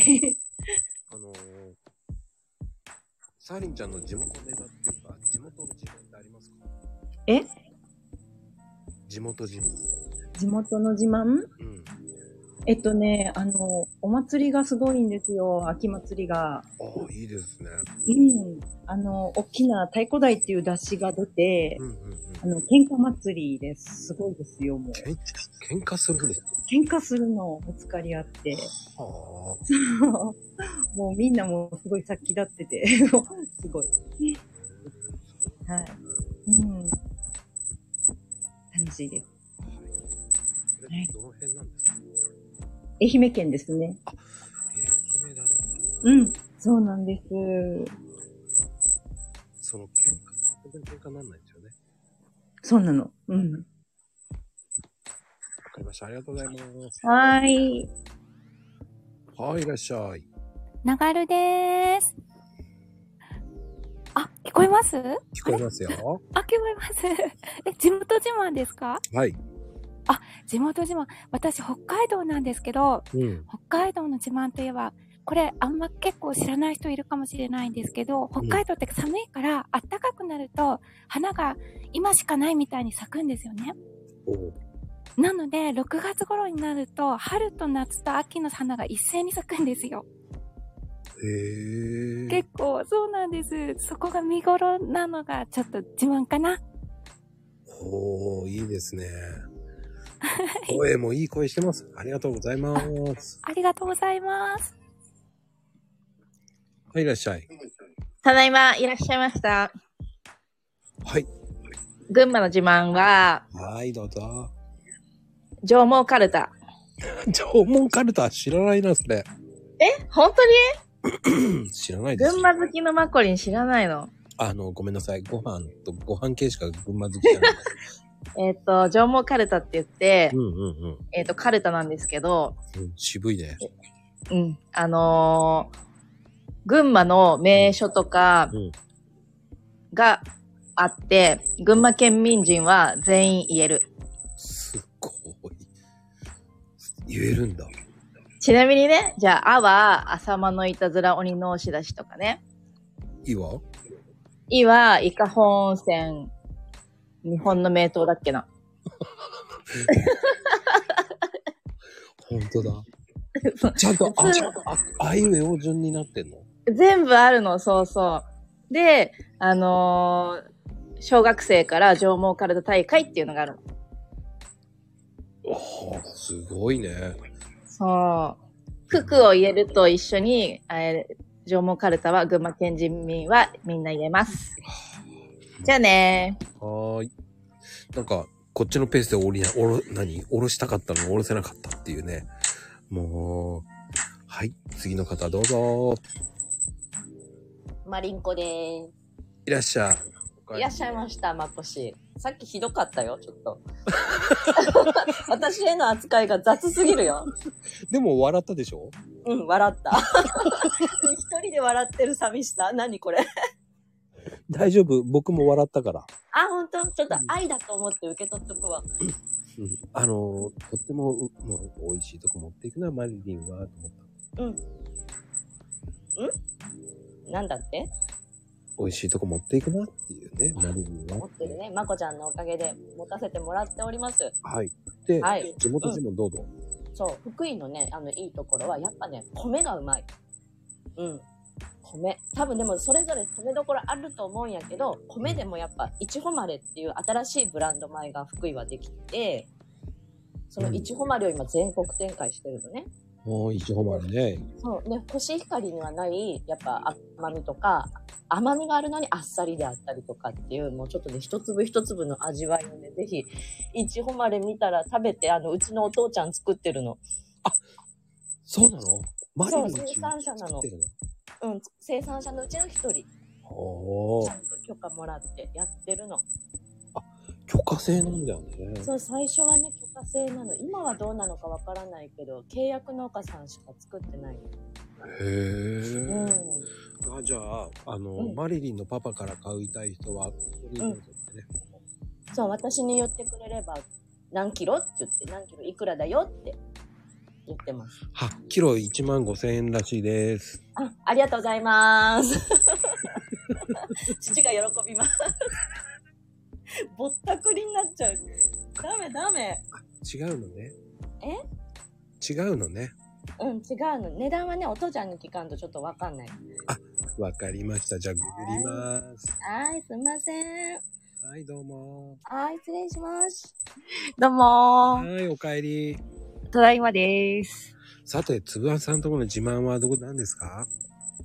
A: あのー、サーリンちゃんの地元ネタっていうか、地元の自慢ってありますか
I: え
A: 地元自慢。
I: 地元の自慢
A: うん。
I: えっとね、あの、お祭りがすごいんですよ。秋祭りが。
A: ああ、いいですね。
I: うん。あの、大きな太鼓台っていう出汁が出て、あの、喧嘩祭りです。すごいですよ、もう。
A: 喧嘩するんですか
I: 喧嘩するの、ぶつかり合って。
A: は
I: そう。もうみんなもうすごい殺気立って (laughs) て、すごい。はい。うん。楽しいです。
A: それってどの辺なんですか、
I: 愛媛県ですね。
A: 愛媛だ
I: うん。そうなんです。
A: その喧嘩、全然喧嘩になんないんですよね。
I: そうなの。うん。
A: かりました。ありがとうございます。
M: はーい。
A: はい、いらっしゃい。
M: ながるでーす。あ、聞こえますあ、
A: 聞こえますよ。
M: 聞こえます。 (laughs) え、地元自慢ですか
A: はい。
M: あ、地元自慢。私、北海道なんですけど、
A: うん。
M: 北海道の自慢といえば、これあんま結構知らない人いるかもしれないんですけど、北海道って寒いから暖かくなると花が今しかないみたいに咲くんですよね。なので、6月頃になると、春と夏と秋の花が一斉に咲くんですよ。
A: へえ。
M: 結構、そうなんです。そこが見頃なのがちょっと自慢かな。
A: おー、いいですね。声もいい声してます。ありがとうございます。
M: (laughs) ありがとうございます。
A: はい、いらっしゃい。
H: ただいま、いらっしゃいました。
A: はい。
H: 群馬の自慢は、
A: はい、どうぞ。 (laughs)
H: 上毛カルタ。
A: 縄文カルタ知らないな、それ。
H: え本当
A: うん知らない
H: に
A: です
H: 群。馬好きのマコリン知らないの
A: あの、ごめんなさい。ご飯とご飯系しか群馬好きじゃない。
H: えっ、と、上毛カルタって言って、
A: うんうんうん。
H: えっ、と、カルタなんですけど、
A: うん渋いね。
H: うん、あのー群馬の名所とか
A: うん。
H: があって、群馬県民人は全員言える。
A: 言えるんだ。
H: ちなみにね、じゃあ、あは、浅間のいたずら鬼の押し出しとかね。
A: いいわ。
H: いは、伊香保温泉、日本の名刀だっけな。
A: 本当だ。ちゃんと、あ、ちゃんと、あ、あいうえお順になってんの
H: 全部あるの、そうそう。で、あのー小学生から上毛カルタ大会っていうのがあるの。
A: あすごいね。
H: そう。九九を言えると一緒に、えー上毛カルタは群馬県人民はみんな言えます。じゃあねー。
A: はーい。なんか、こっちのペースでおりな、おろ、何おろしたかったのにおろせなかったっていうね。もう、はい。次の方どうぞ。
E: マリンコでー
A: いらっしゃい。
E: す。いらっしゃいました、マコシ。さっきひどかったよ、ちょっ
Q: (laughs)
E: と。私への扱いが雑すぎるよ。
A: でも笑ったでしょ
E: うん、笑った。 (laughs) 一人で笑ってる寂しさ。何これ。
A: 大丈夫。僕も笑ったから。
E: あ、ほんとちょっと愛だと思って受け取っとくわ。
A: うん。あのー、とっても、うもう、美味しいとこ持っていくな、マリリンは、と思った。
E: うん。んなんだって
A: 美味しいとこ持っていくなっていうね、マリリンは
E: 持っ。てるね。マコちゃんのおかげで持たせてもらっております。
A: はい。で、
E: はい
A: 地元自慢どうぞ。
E: そう、福井のね、あの、いいところは、やっぱね、米がうまい。うん。米。多分でも、それぞれ米どころあると思うんやけど、米でもやっぱ、いちほまれっていう新しいブランド米が福井はできて、そのいちほまれを今全国展開してるのね。
A: もう、いちほまるね。
E: そう。ね、コシヒカリにはない、やっぱ甘みとか、甘みがあるのにあっさりであったりとかっていう、もうちょっとね、一粒一粒の味わいをね、ぜひ、いちほまれ見たら食べて、あの、うちのお父ちゃん作ってるの。
A: そうなのマリリン
E: そう生産者なの
A: 作ってるの
E: うん、生産者のうちの一人、
A: おー。
E: 許可もらってやってるの。
A: 許可制なんだよね。
E: そう、最初はね、許可制なの。今はどうなのかわからないけど、契約農家さんしか作ってない。
A: へえ、
E: う
A: あじゃあ、あの、
E: うん
A: マリリンのパパから買いたい人は、ここにどうぞってね。
E: そう、私に言ってくれれば、何キロって言って、何キロいくらだよって言ってます。
A: 8キロ1万5千円らしいです。
E: あ、ありがとうございます。 (laughs) 父が喜びます。ぼったくりになっちゃう。ダメダメ。
A: 違うのね。
E: え
A: 違うのね。
E: うん、違うの。値段はね、お父ちゃんに聞かんとちょっとわかんない。
A: わかりました。じゃあ、ググります。
E: はい、すいません。
A: はい、どうも。
E: はい、失礼します。
H: どうもー。
A: はい、おかえり。
H: ただいまでーす。
A: さて、つぶあんさんところの自慢はどこなんですか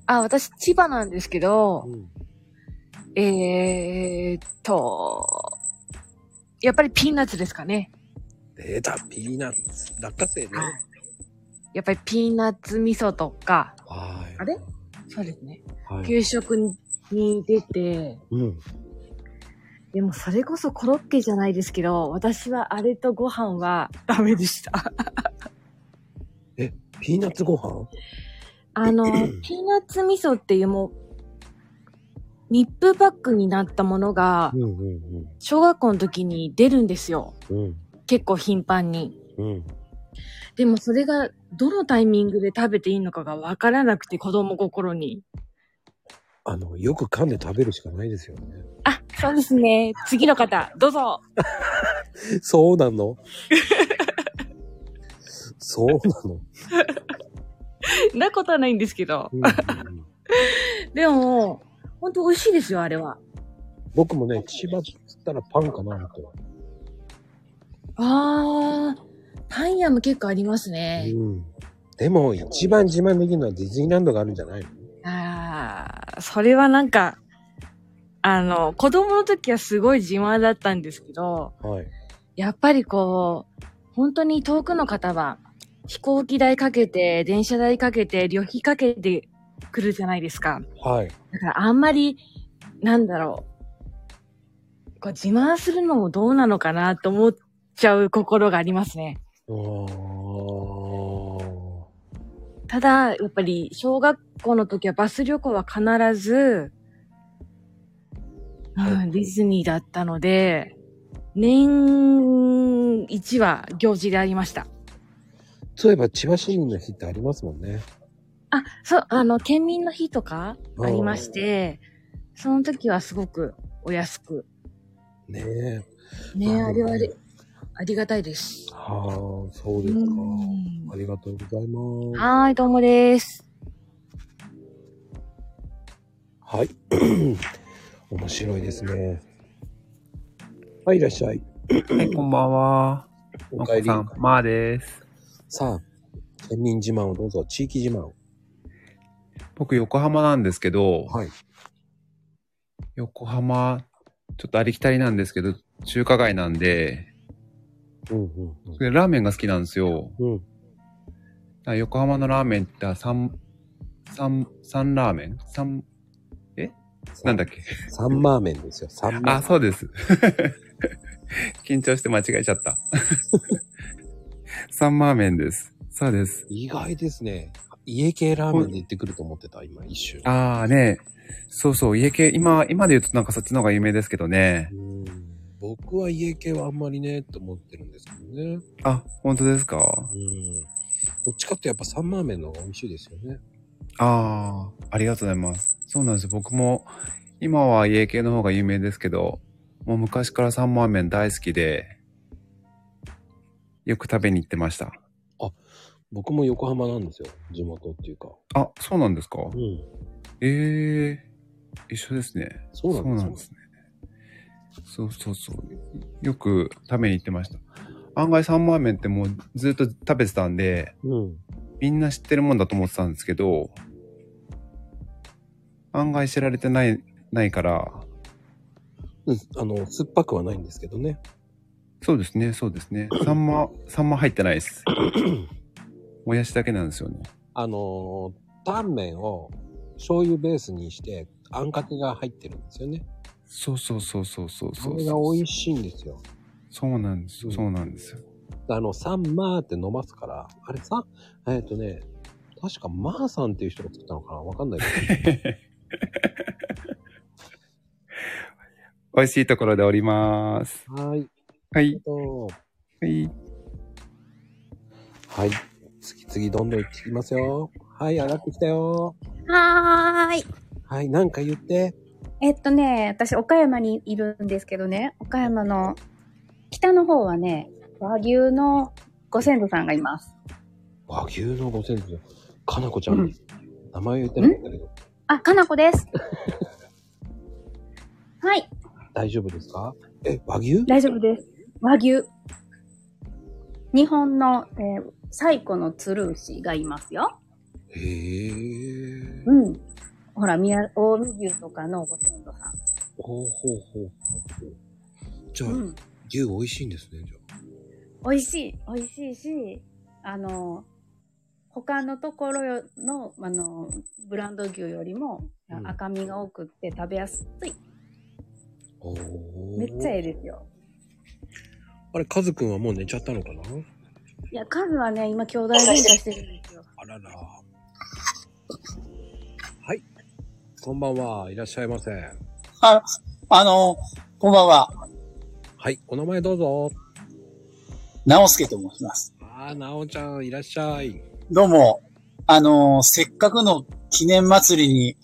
H: あ、私、千葉なんですけど、
A: うん
H: えーっと、やっぱりピーナッツですかね。
A: 出た、ピーナッツ。落花生ね。
H: やっぱりピーナッツ味噌とか、
A: はい。
H: あれそうですね。
A: はい
H: 給食に出て、
A: うん。
C: でもそれこそコロッケじゃないですけど、私はあれとご飯はダメでした。
A: え、ピーナッツご飯
C: あの、ピーナッツ味噌っていうもう、密封パックになったものが、
A: うんうん
C: 小学校の時に出るんですよ。
A: うん。
C: 結構頻繁に。
A: うん。
C: でもそれがどのタイミングで食べていいのかがわからなくて子供心に。
A: あの、よく噛んで食べるしかないですよね。
C: あ、そうですね。次の方、どうぞ。 (laughs)
A: そうな (laughs) のそうなの
C: なことはないんですけど。 (laughs) でも、ほんと美味しいですよ、あれは。
A: 僕もね、千葉っつったらパンかなと。
C: あー、パン屋も結構ありますね。
A: うん。でも、一番自慢できるのはディズニーランドがあるんじゃないの
C: あー、それはなんか、あの、子供の時はすごい自慢だったんですけど、
A: はい。
C: やっぱりこう、本当に遠くの方は、飛行機代かけて、電車代かけて、旅費かけてくるじゃないですか。
A: はい。
C: だからあんまり、なんだろう。こう自慢するのもどうなのかなと思っちゃう心がありますね。ただ、やっぱり小学校の時はバス旅行は必ず、うん、ディズニーだったので、年一は行事でありました。
A: そういえば、千葉市民の日ってありますもんね。
C: あ、そう、あの、県民の日とかありまして、その時はすごくお安く。
A: ねえ。
C: ねあれはあれ、ありがたいです。
A: はあ、そうですか。ありがとうございます。
C: はーい、どうもです。
A: はい。 (clears throat) 面白いですね。はい、いらっしゃい。
G: はい、こんばんは。
A: おかえり
G: まこさん、まーです。
A: さあ、県民自慢をどうぞ、地域自慢を。
G: 僕、横浜なんですけど、
A: はい。
G: 横浜、ちょっとありきたりなんですけど、中華街なんで、
A: うんうん。
G: それでラーメンが好きなんですよ。
A: うん。
G: 横浜のラーメンって、三、三、三ラーメン三、えなんだっけ
A: サンマーメンですよ、サンマーメン。
G: あ、そうです。 (laughs) 緊張して間違えちゃ
A: (laughs)
G: った。サンマーメンです。そうです。
A: 意外ですね。家系ラーメンで行ってくると思ってた、今、一瞬。
G: ああね、そうそう、家系、今、今で言うとなんかそっちの方が有名ですけどね。
A: 僕は家系はあんまりね、と思ってるんですけどね。
G: あ、本当ですか
A: うん。どっちかってやっぱサンマーメンの方が美味しいですよね。
G: ああ、ありがとうございます。そうなんです。僕も、今は家系の方が有名ですけど、もう昔からサンマーメン大好きで、よく食べに行ってました。
A: 僕も横浜なんですよ、地元っていうか。
G: あ、そうなんですか
A: うん。
G: ええ一緒ですね。
A: そうなんですよ
G: ね。そうそうそう。よく食べに行ってました。案外サンマーメンってもうずっと食べてたんで、
A: うん。
G: みんな知ってるもんだと思ってたんですけど、案外知られてない、ないから、
A: うん、あの、酸っぱくはないんですけどね。
G: そうですね、そうですね。サンマ、サンマ入ってな
A: (clears throat)
G: いです。もやしだけなんですよね。
A: あのー、タンメンを醤油ベースにして、あんかけが入ってるんですよね。
G: そうそうそうそうそうそ
A: そうれが美味しいんですよ。
G: そうなんですよ、そうなんですよ。
A: あの、サンマーって飲ますから、あれさ、えっ、とね、確かマーさんっていう人が作ったのかなわかんないけど。
G: 美味しいところでおります。
A: (laughs) はい。
G: はい。
A: はい。はい。次々どんどん行ってきますよ。はい、上がってきたよ。
W: はーい。
A: はい、なんか言って。
W: えっとね、私、岡山にいるんですけどね、岡山の北の方はね、和牛のご先祖さんがいます。
A: 和牛のご先祖。かなこちゃんです。名前言ってないんだけど、
W: あ、かなこ (laughs) です。はい、
A: 大丈夫ですかえ、和牛
W: 大丈夫です。和牛。日本の、えー最古の鶴牛がいますよ。
A: へえ。
W: うん。ほら、宮、大見牛とかのご先祖さん。
A: ほうほうほうほうほう。じゃあ、牛美味しいんですね、じゃ
W: 美味しい、美味しいし、あの、他のところよの、あの、ブランド牛よりも
A: うん
W: 赤身が多くって食べやすい。
A: あ。
W: めっちゃええですよ。
A: あれ、カズくんはもう寝ちゃったのかない
W: や、カズはね、今、兄弟喧嘩してるんですよ。
A: あらら。はい。こんばんは。いらっしゃいませ。
X: (laughs) あ、あの、こんばんは。
A: はい。お名前どうぞ。
X: 直輔と申します。
A: ああ、なおちゃん、いらっしゃい。
X: どうも、あの、せっかくの記念祭りに、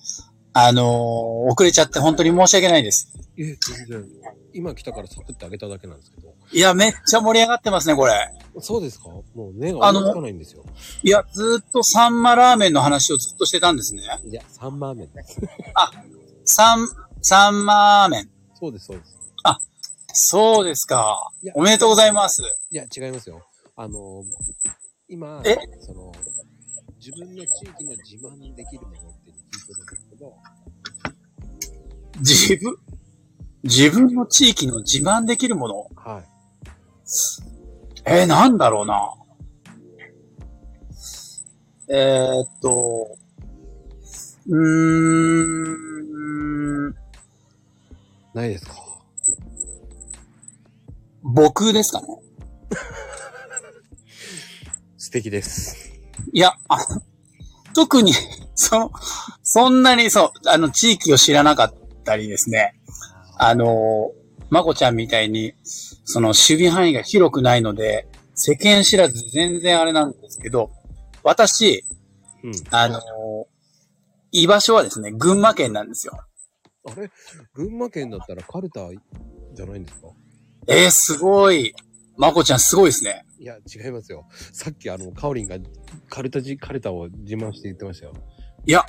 X: あの、遅れちゃって本当に申し訳ないです。
A: いえ、全然。今来たからサクッてあげただけなんですけど。
X: いや、めっちゃ盛り上がってますね、これ。
A: そうですかもう目が
X: あ
A: 追
X: の
A: いつかないんですよ。
X: いや、ずーっとサンマラーメンの話をずっとしてたんですね。
A: いや、サンマーメンです。
X: サン、サンマーメン。
A: そうです、そうです。
X: あ、そうですか。おめでとうございます。
A: いや、違いますよ。あの、今、その、自分の地域の自慢できるものって聞いてるんですけど、
X: 自分、自分の地域の自慢できるもの
A: はい。
X: えー、なんだろうな。えー、っと、うーん。
A: ないですか
X: 僕ですかね
A: (laughs) 素敵です。
X: いや、あ特に、 (laughs) その、そんなにそう、あの、地域を知らなかったりですね。あの、まこちゃんみたいに、その、守備範囲が広くないので、世間知らず全然あれなんですけど、私、
A: うん。
X: あの、居場所はですね、群馬県なんですよ。
A: あれ群馬県だったらカルタじゃないんですか
X: えー、すごい。まこちゃんすごいですね。
A: いや、違いますよ。さっきあの、カオリンがカルタじ、カルタを自慢して言ってましたよ。
X: いや、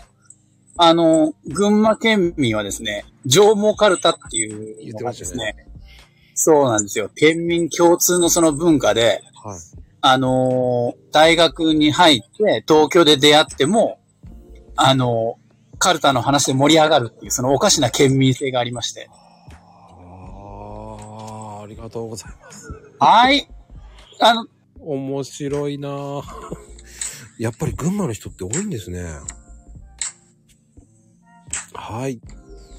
X: あの、群馬県民はですね、上毛カルタっていうのがですね、そうなんですよ。県民共通のその文化で、
A: はい。
X: あのー大学に入って、東京で出会っても、あのーカルタの話で盛り上がるっていう、そのおかしな県民性がありまして。
A: ああ、ありがとうございます。
X: はい。あの、
A: 面白いな (laughs) ぁやっぱり群馬の人って多いんですね。はい。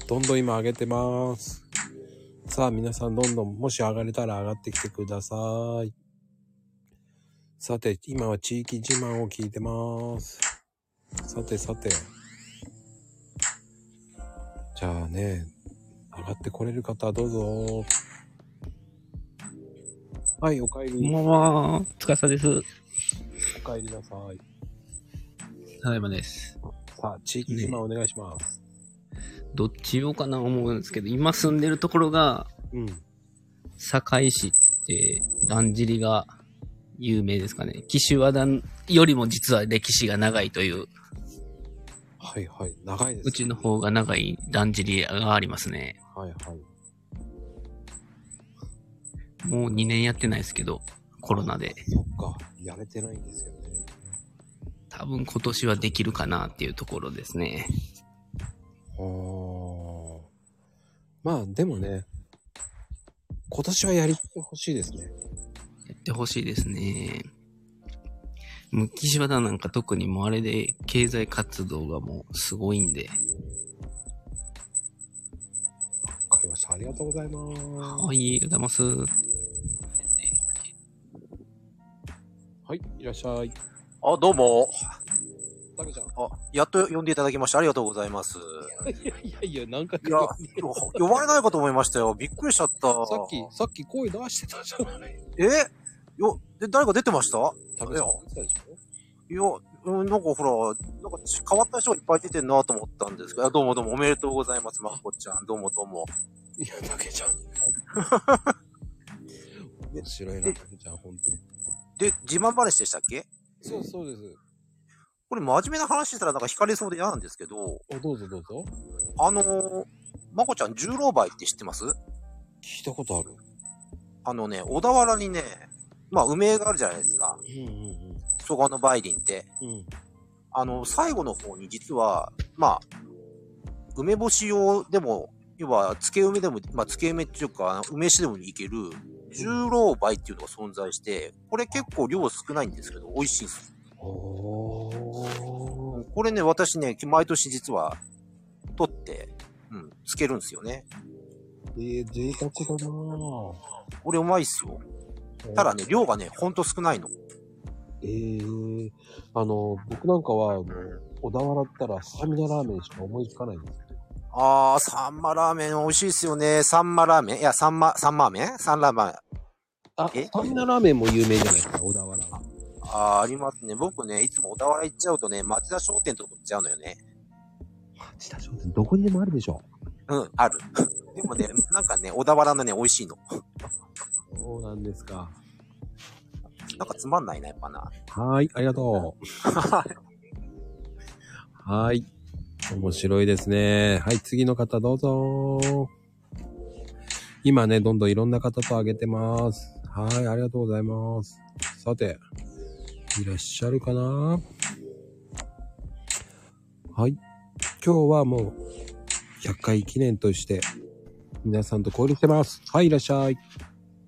A: どんどん今上げてます。さあ皆さんどんどんもし上がれたら上がってきてください。さて、今は地域自慢を聞いてます。さてさて。じゃあね、上がってこれる方どうぞ。はい、お帰り。
U: こんばんは。つかさです。
A: お帰りなさい。
U: ただいまです。
A: さあ、地域自慢お願いします。
U: どっち言おうかな思うんですけど、今住んでるところが、
A: うん。
U: 堺市って、だんじりが有名ですかね。紀州和田よりも実は歴史が長いという。
A: はいはい。長いです。
U: うちの方が長いだんじりがありますね。
A: はいはい。
U: もう2年やってないですけど、コロナで。
A: そっか。やれてないんですよね。
U: 多分今年はできるかなっていうところですね。
A: はあ。まあ、でもね、今年はやりてほしいですね。
U: やってほしいですね。もう岸和田なんか特にもうあれで経済活動がもうすごいんで。
A: わかりました。ありがとうございます。
U: はい、ありがとうございます。
A: はい、いらっしゃい。
K: あ、どうも。
A: たけちゃん。
K: あ、やっと呼んでいただきましてありがとうございます。
A: いやいやいや、何回か
K: いや、呼ばれないかと思いましたよ。びっくりしちゃった。
A: さっき、さっき声出してたじゃない。
K: えよ、で、誰か出てました
A: たけちゃん出てたでしょ
K: いや、うんなんかほら、なんか変わった人がいっぱい出てんなと思ったんですけど、あどうもどうもおめでとうございます、まっこちゃん。どうもどうも。
A: いや、たけ
K: (laughs)
A: ちゃん。面白いな、たけちゃん、本当に。
K: で、自慢話でしたっけ
A: そうそうです。
K: これ真面目な話したらなんか惹かれそうで嫌なんですけど、
A: お、どうぞどうぞ。
K: あのー、まこちゃん、十郎梅って知ってます
A: 聞いたことある。
K: あのね、小田原にね、まあ、梅があるじゃないですか。
A: うんうん
K: 蘇我の梅林って。
A: うん。うん。
K: あの、最後の方に実は、まあ、梅干し用でも、要は、漬け梅でも、まあ、漬け梅っていうか、梅酒でもいける、十郎梅っていうのが存在して、これ結構量少ないんですけど、美味しいんですよ。これね、私ね、毎年実は、取って、うん、漬けるんですよね。
A: えー、贅沢だなぁ。
K: これうまいっすよ。ただね、量がね、ほんと少ないの。
A: えー、あの、僕なんかは、あの小田原ったらスタミナラーメンしか思いつかないんですけど。
K: あー、サンマラーメン美味しいっすよね。サンマラーメンいや、サンマ、サンマーメンサンラーメン。
A: あ、スタミナラーメンも有名じゃないですか、小田原は。
K: あー、ありますね。僕ね、いつも小田原行っちゃうとね、町田商店とか行っちゃうのよね。
A: 町田商店、どこにでもあるでしょ。
K: うん、ある。 (laughs) でもね、なんかね、小田原のね、美味しいの。
A: そうなんですか。
K: なんかつまんないな、やっぱな。
A: はーい、ありがとう。はーい。面白いですね。はい、次の方どうぞ。今ね、どんどんいろんな方とあげてます。はーい、ありがとうございます。さて、いらっしゃるかなはい。今日はもう、100回記念として、皆さんと交流してます。はい、いらっしゃい。。
Y: い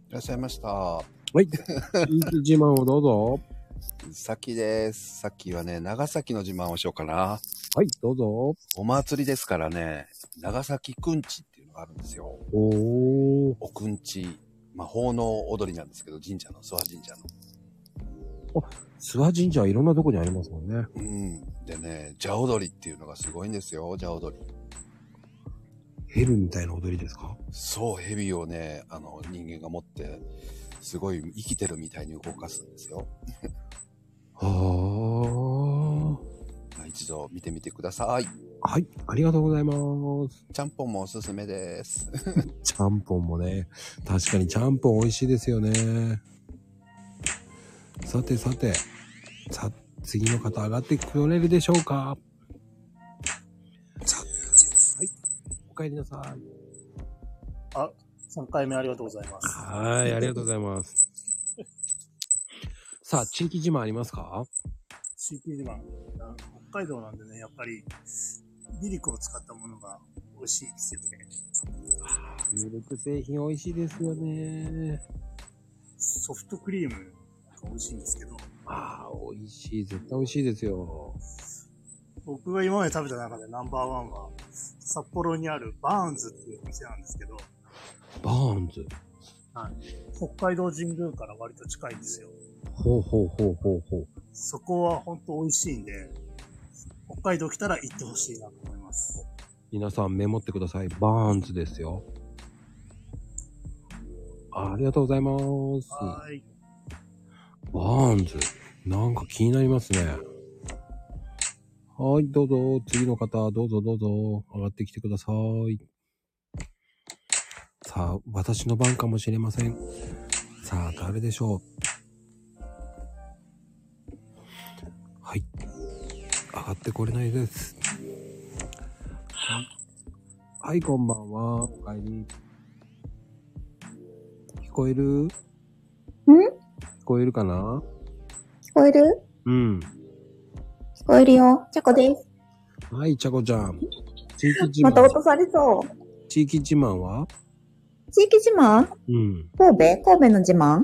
Y: らっしゃいました。はい (laughs)
A: 自慢をどうぞ。
Y: さっきです。さっきはね、長崎の自慢をしようかな。
A: はい、どうぞ。
Y: お祭りですからね、長崎くんちっていうのがあるんですよ。
A: おー。
Y: おくんち、まあ、奉納踊りなんですけど、神社の、諏訪神社の。
A: 諏訪神社はいろんなとこにありますもんね。
Y: うん。でね、蛇踊りっていうのがすごいんですよ、蛇踊り。
A: ヘルみたいな踊りですか
Y: そう、蛇をね、あの、人間が持って、すごい生きてるみたいに動かすんです
A: (laughs)
Y: よ。
A: は
Y: まあ一度見てみてください。
A: あ。はい、ありがとうございます。
Y: ちゃんぽんもおすすめです。
A: ちゃんぽんもね、確かにちゃんぽん美味しいですよね。さてさて、さ、次の方上がってくれるでしょうかはい、お帰りなさい。
V: あ、3回目ありがとうございます。
A: はい、ありがとうございます。さあ、地域自慢ありますか
V: CP 自慢。あ北海道なんでね、やっぱり、ミルクを使ったものが美味しいですよね。
A: ミルク製品美味しいですよね。
V: ソフトクリームが美味しいんですけど、
A: ああ、美味しい。絶対美味しいですよ。
V: 僕が今まで食べた中でナンバーワンは、札幌にあるバーンズっていうお店なんですけど、
A: バーンズ。
V: はい、北海道神宮から割と近いんですよ。
A: ほうほうほうほうほう。
V: そこは本当美味しいんで、北海道来たら行ってほしいなと思います。
A: 皆さんメモってください。バーンズですよ。ありがとうございます。
V: はい。
A: バーンズ。なんか気になりますね。はい、どうぞ。次の方、どうぞどうぞ。上がってきてください。さあ、私の番かもしれません。さあ、誰でしょう。はい。上がってこれないです。はいはい、こんばんは。おかえり。聞こえるん聞こえるかな
I: 聞こえる
A: うん。
I: 聞こえるよ。チャコです。
A: はい、ちゃこちゃん。地域自慢。
I: また落とされそう。
A: 地域自慢は
I: 地域自慢
A: うん。
I: 神戸神戸の自慢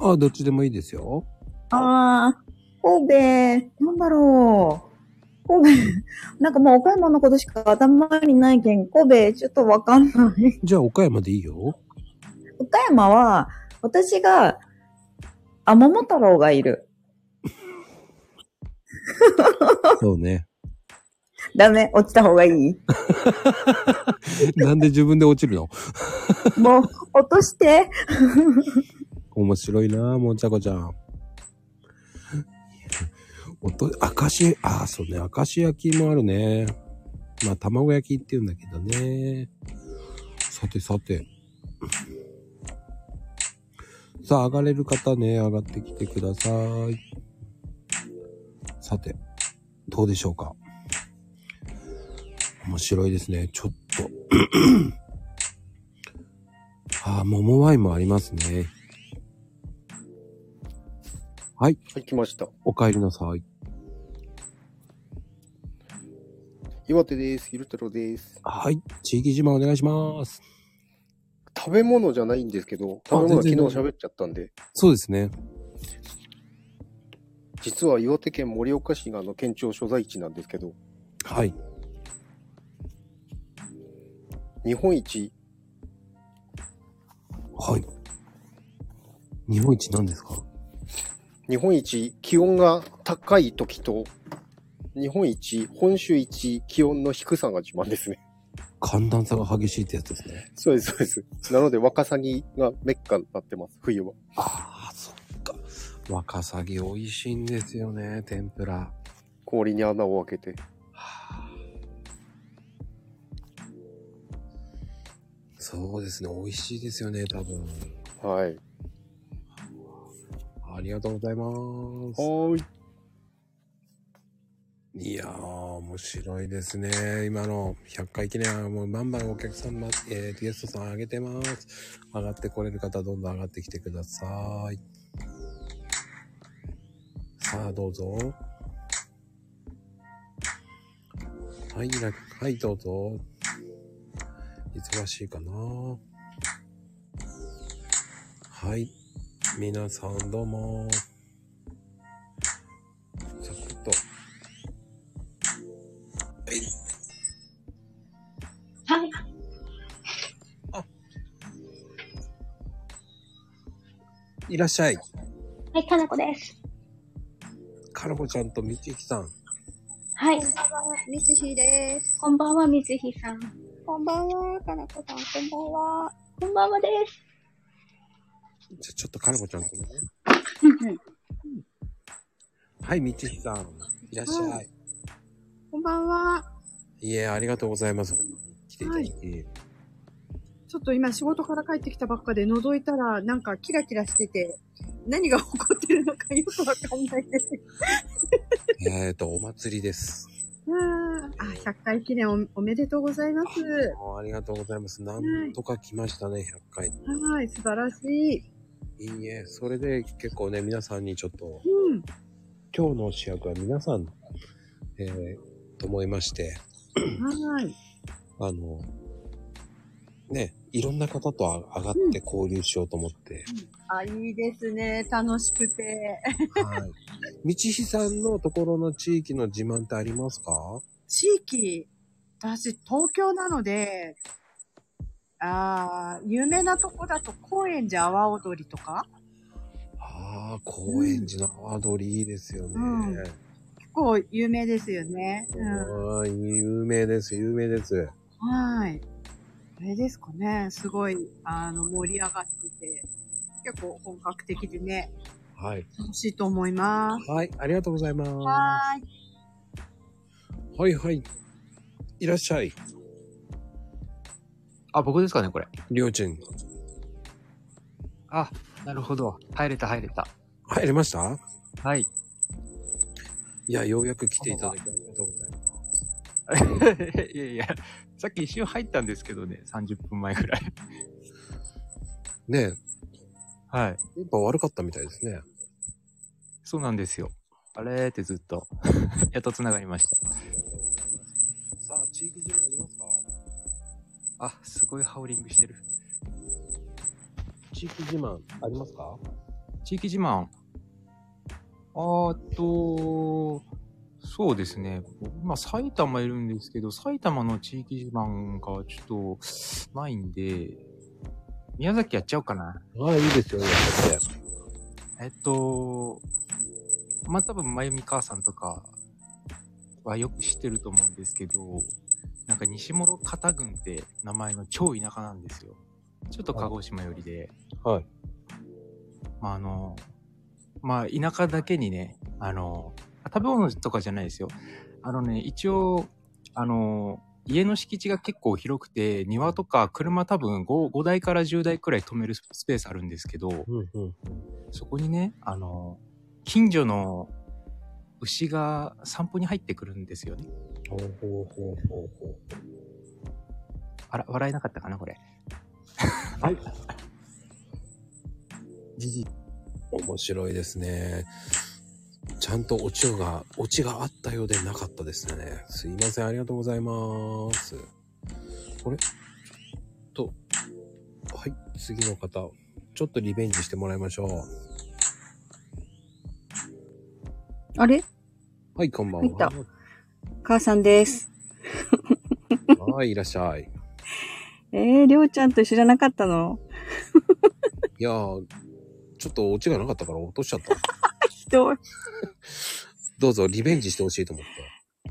A: あ、どっちでもいいですよ。
I: ああ、神戸、なんだろう。神戸、 (laughs) なんかもう岡山のことしか頭にないけん、神戸ちょっとわかんない。
A: じゃあ、岡山でいいよ。
I: 岡山は、私が、あ、桃太郎がいる。
A: そうね。
I: ダメ、落ちた方がいい。
A: (laughs) なんで自分で落ちるの (laughs)
I: もう、落として。
A: 面白いなもうちゃこちゃん。 (laughs) おと、明石、ああ、そうね、明石焼きもあるね。まあ、卵焼きって言うんだけどね。さてさて。さあ、上がれる方ね、上がってきてください。さて、どうでしょうか。面白いですね。ちょっと。 (clears throat) ああ、桃ワインもありますね。はい。
L: はい、来ました。
A: お帰りなさい。
L: 岩手です。ひるたろうです。
A: はい。地域自慢お願いします。
L: 食べ物じゃないんですけど、食べ物は昨
A: 全
L: 日
A: 然
L: 喋っちゃったんで、
A: そうですね。
L: 実は岩手県盛岡市があの県庁所在地なんですけど、
A: はい。
L: 日本一
A: はい。日本一なんですか
L: 日本一気温が高い時と、日本一、本州一気温の低さが自慢ですね。 (laughs)
A: 寒暖差が激しいってやつですね。
L: そうです、そうです。なので、ワカサギがメッカになってます、冬は。
A: ワカサギ美味しいんですよね、天ぷら。
L: 氷に穴を開けて。
A: そうですね、美味しいですよね、多分。
L: はい。
A: ありがとうございます。
L: はー
A: い。いやー、面白いですね。今の100回記念はもうバンバンお客さん、ま、えーゲストさん上げてます。上がってこれる方、どんどん上がってきてください。さあ、どうぞ。はい、らはい、どうぞ。忙しいかなはい。皆さんどうも。サクッと。はい。
D: はい。
A: いらっしゃい。
D: はい、かなこです。
A: カラコちゃんとみちきさん。
D: はい。こんばんは、みつひです。こんばんは、みつひさん。こんばんは、かなこさん。こんばんは。こんばんはです。
A: じゃ、ちょっとカラコちゃんとね。はい、みちきさん。いらっしゃい。
D: こんばんは。
A: いえ、ありがとうございます。来ていただいて。
I: ちょっと今仕事から帰ってきたばっかで覗いたらなんかキラキラしてて、何が起こってるのかよくわかんないです。
A: えっと、お祭りです。
I: うんあ、100回記念おおめでとうございます。
A: もうありがとうございます。なんとか来ましたね、100回。
I: はい、素晴らしい。
A: いいえ、それで結構ね、皆さんにちょっと、
I: うん。
A: 今日の主役は皆さん、えー、と思いまして、
I: はい。
A: あの、ね、いろんな方とあ上がって交流しようと思って、
I: あ、いいですね。楽しくて。
A: はい。道ひさんのところの地域の自慢ってありますか
I: 地域、私、東京なので、あー有名なとこだと高円寺阿波踊りとか
A: ああ、高円寺のアドリーですよね。
I: うん結構有名ですよね。
A: あー有名です、有名です。
I: うん。はい。あれですかね。すごい、あの、盛り上がってて、結構本格的でね、
A: はい。
I: 楽しいと思います。
A: はい、ありがとうございます。
I: はーい。
A: はいはい。いらっしゃい。
Z: あ、僕ですかね、これ。
A: りょうちん。
Z: あ、なるほど。入れた、入れた。
A: 入れました
Z: はい。
A: いや、ようやく来ていただきありがとうございます。
Z: いやいや、さっき一瞬入ったんですけどね、30分前ぐ
A: (laughs)
Z: らい。
A: ねえ。
Z: はい。
A: やっぱ悪かったみたいですね。
Z: そうなんですよ。あれーってずっと。 (laughs) やっと繋がりました。
A: さあ、地域自慢ありますか
Z: あ、すごいハウリングしてる。
A: 地域自慢ありますか
Z: 地域自慢。あーっと、そうですね。まあ、埼玉いるんですけど、埼玉の地域自慢がちょっとないんで、宮崎やっちゃおうかな。
A: ああ、いいですよ、やっちゃって。
Z: えっと、まあ、多分、まゆみ母さんとかはよく知ってると思うんですけど、なんか西諸方郡って名前の超田舎なんですよ。ちょっと鹿児島寄りで。
A: はい。
Z: まあ、あの、まあ、田舎だけにね、あの、食べ物とかじゃないですよ。あのね、一応、あの、家の敷地が結構広くて、庭とか車多分 5, 5台から10台くらい止めるスペースあるんですけど、そこにね、あの、近所の牛が散歩に入ってくるんですよね。
A: ほうほうほうほうほう。
Z: あら、笑えなかったかな、これ。
A: はい。じじ。面白いですね。ちゃんとオチが、オチがあったようでなかったですね。すいません、ありがとうございます。これちょっと、はい、次の方、ちょっとリベンジしてもらいましょう。
F: あれ
A: はい、こんばん
F: 入った
A: は。。
I: (laughs)
F: 母さんです。
A: はい、いらっしゃい。
F: えー、りょうちゃんと知らなかっ
I: (laughs)
F: たの
A: いやー、ちょっとオチがなかったから落としちゃった。
F: ひどい。
A: (laughs) どうぞリベンジしてほしいと思って。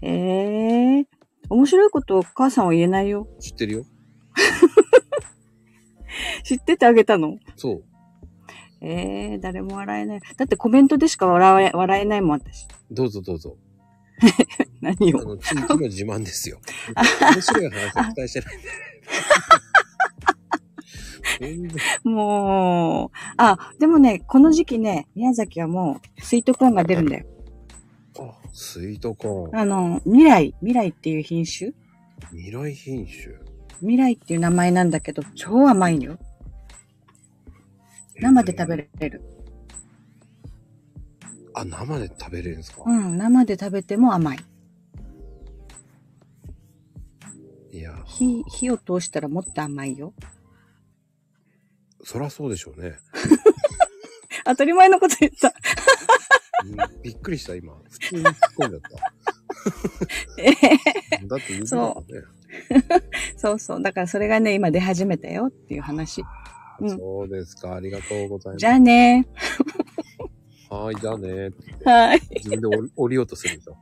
F: えー、面白いことを母さんは言えないよ。
A: 知ってるよ。
F: 知っててあげたの
A: そう。
F: えー、誰も笑えない。だってコメントでしか笑え、笑えないもん、私。 (laughs)
A: どうぞどうぞ。
F: 何
A: をあの地域の自慢ですよ。面白い話は期待してない。
F: もう、あ、でもね、この時期ね、宮崎はもう、スイートコーンが出るんだよ。
A: スイートコーン。
F: あの、未来、未来っていう品種
A: 未来品種。
F: 未来っていう名前なんだけど、超甘いのよ。生で食べれる。
A: あ、生で食べれるんですか、
F: うん、生で食べても甘い。
A: いや、
F: 火、火を通したらもっと甘いよ。
A: そらそうでしょうね。
F: 当たり前のこと言った。
A: びっくりし
F: (laughs)
A: た、今。普通に突っ込んじゃった。
F: え
A: だって言う
F: ー
A: てたも
F: そ
A: んね。
F: う。そうそう。だからそれがね、今出始めたよっていう話。うん。
A: そうですか。ありがとうございます。
F: じゃあ。ね。
A: はーい、じゃあねーって言って。
F: はーい
A: 自分で降り降りようとするでしょ。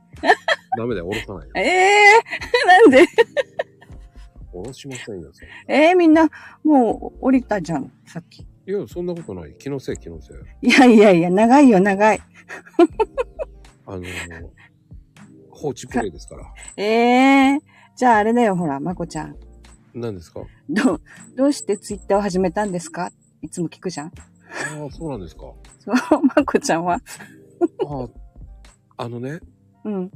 A: ダメだよ、降ろさないよ。
F: ええー、なんで
A: 降ろしませんよ、それ
F: ええー、みんな、もう降りたじゃん、さっき。
A: いや、そんなことない。気のせい、気のせい。
F: いやいやいや、長いよ、長い。 (laughs)
A: あのー、放置プレイですから。
F: ええー、じゃああれだよ、ほら、まこちゃん。
A: 何ですか
F: どう、どうしてツイッターを始めたんですかいつも聞くじゃん。
A: ああ、そうなんですか。
F: そう、まこちゃんは。
A: ああ、あのね、
F: うん。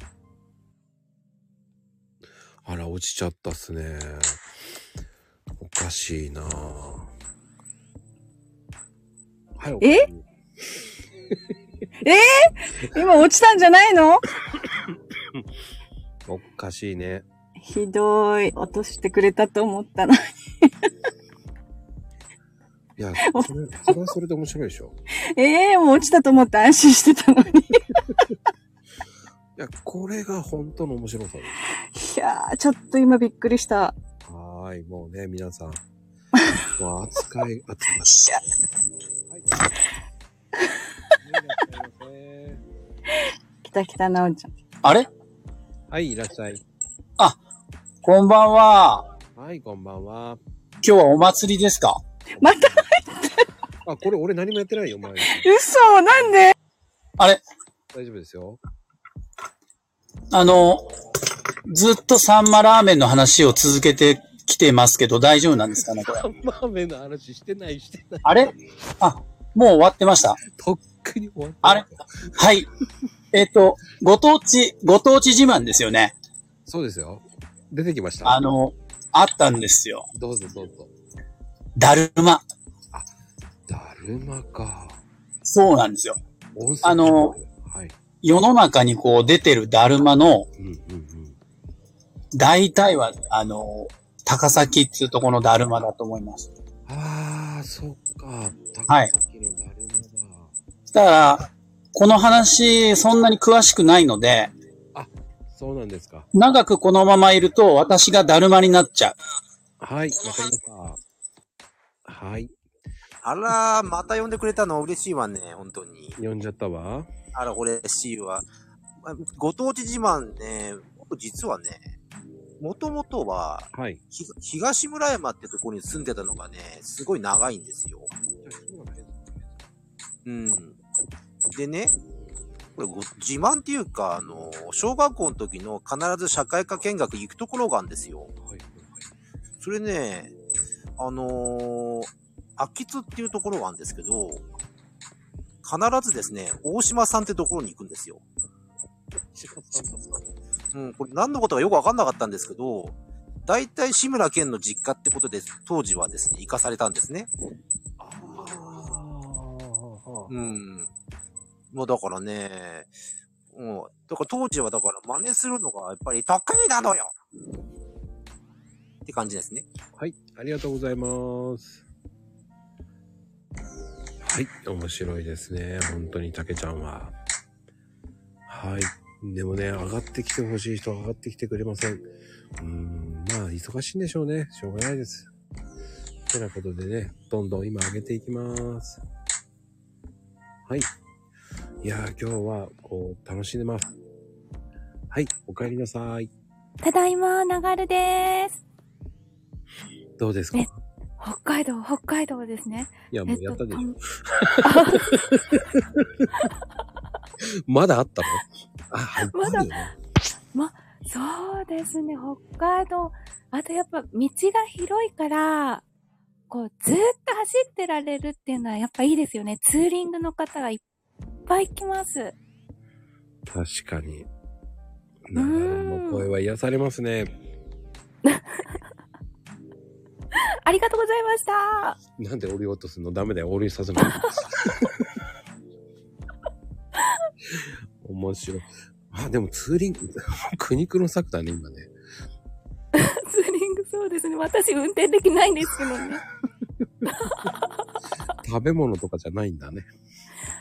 A: あら、落ちちゃったっすね。おかしいなぁ。はい、
F: ええー、今落ちたんじゃないの
A: おかしいね。
F: ひどい。落としてくれたと思ったのに。
A: いや、それ、それはそれで面白いでしょ。
F: ええもう落ちたと思って安心してたのに。
A: いや、これが本当の面白さ
F: い
A: で
F: やー、ちょっと今びっくりした。
A: す。はーい、もうね、皆さん。もう扱い、扱い。
F: きたきたなおちゃん。
X: あれ
A: はい、いらっしゃい。
X: こんばんは。
A: はい、こんばんは。
X: 今日はお祭りですか
F: また
A: あ、これ俺何もやってないよ、前。
F: 嘘なんで
X: あれ
A: 大丈夫です (laughs) よ。
X: あの、ずっとサンマラーメンの話を続けてきてますけど、大丈夫なんですかね、これ。
A: マーメンの話してない、してない。
X: あれあ、もう終わってました。
A: とっくに終わって
X: あれはい。えっ、と、ご当地、ご当地自慢ですよね。
A: そうですよ。出てきました。
X: あの、あったんですよ。
A: どうぞどうぞ。
X: だるま。
A: だるまか。
X: そうなんですよ。
A: 温泉
X: あの、
A: はい。
X: 世の中にこう出てるだるまの、大体は、あの、高崎っていうところのだるまだと思います。
A: ああ、そっか。
X: はい。
A: 高のだるま
X: だから、この話、そんなに詳しくないので、
A: そうなんですか。
X: 長くこのままいると、私がだるまになっちゃう。
A: はい、わかりました。はい。
K: あら、また呼んでくれたの嬉しいわね、本当に。
A: 呼んじゃったわ。
K: あら、嬉しいわ。あご当地自慢ね、僕実はね、もともとは、
A: はい。
K: ひ東村山ってとこに住んでたのがね、すごい長いんですよ。うん。でね、これご自慢っていうか、あの、小学校の時の必ず社会科見学行くところがあるんですよ。それね、あのー、秋津っていうところがあるんですけど、必ずですね、大島さんってところに行くんですよ。うん、これ何のことかよくわかんなかったんですけど、大体志村けんの実家ってことで、当時はですね、行かされたんですね。うん。もうだからね、うん。だから当時はだから真似するのがやっぱり得意なのよって感じですね。
A: はい、ありがとうございます。はい、面白いですね。本当に、たけちゃんは。はい。でもね、上がってきてほしい人は上がってきてくれません。うーん、まあ、忙しいんでしょうね。しょうがないです。てなことでね、どんどん今上げていきます。はい。いやー、今日は、こう、楽しんでます。はい、お帰りなさい。
M: ただいま、流れです。
A: どうですかい
M: 北海道、北海道ですね。
A: や、もうやったでしょ。
M: あ
A: (laughs) まだあったのあ、はい。
M: まだ、ま、そうですね、北海道。あとやっぱ道が広いから、こう、ずーっと走ってられるっていうのはやっぱいいですよね。ツーリングの方がいっぱい来ます。 (laughs)
A: 確かに。なるほど。もう声は癒されますね。
M: ありがとうございました。 (laughs)
A: なんで降りようとするのダメだよ。降りさせ (laughs) ない。面白い。あ、でもツーリング、 (laughs) 苦肉の策だね、今ね。
M: ツーリングそうですね。私運転できないんですけどね。
A: 食べ物とかじゃないんだね。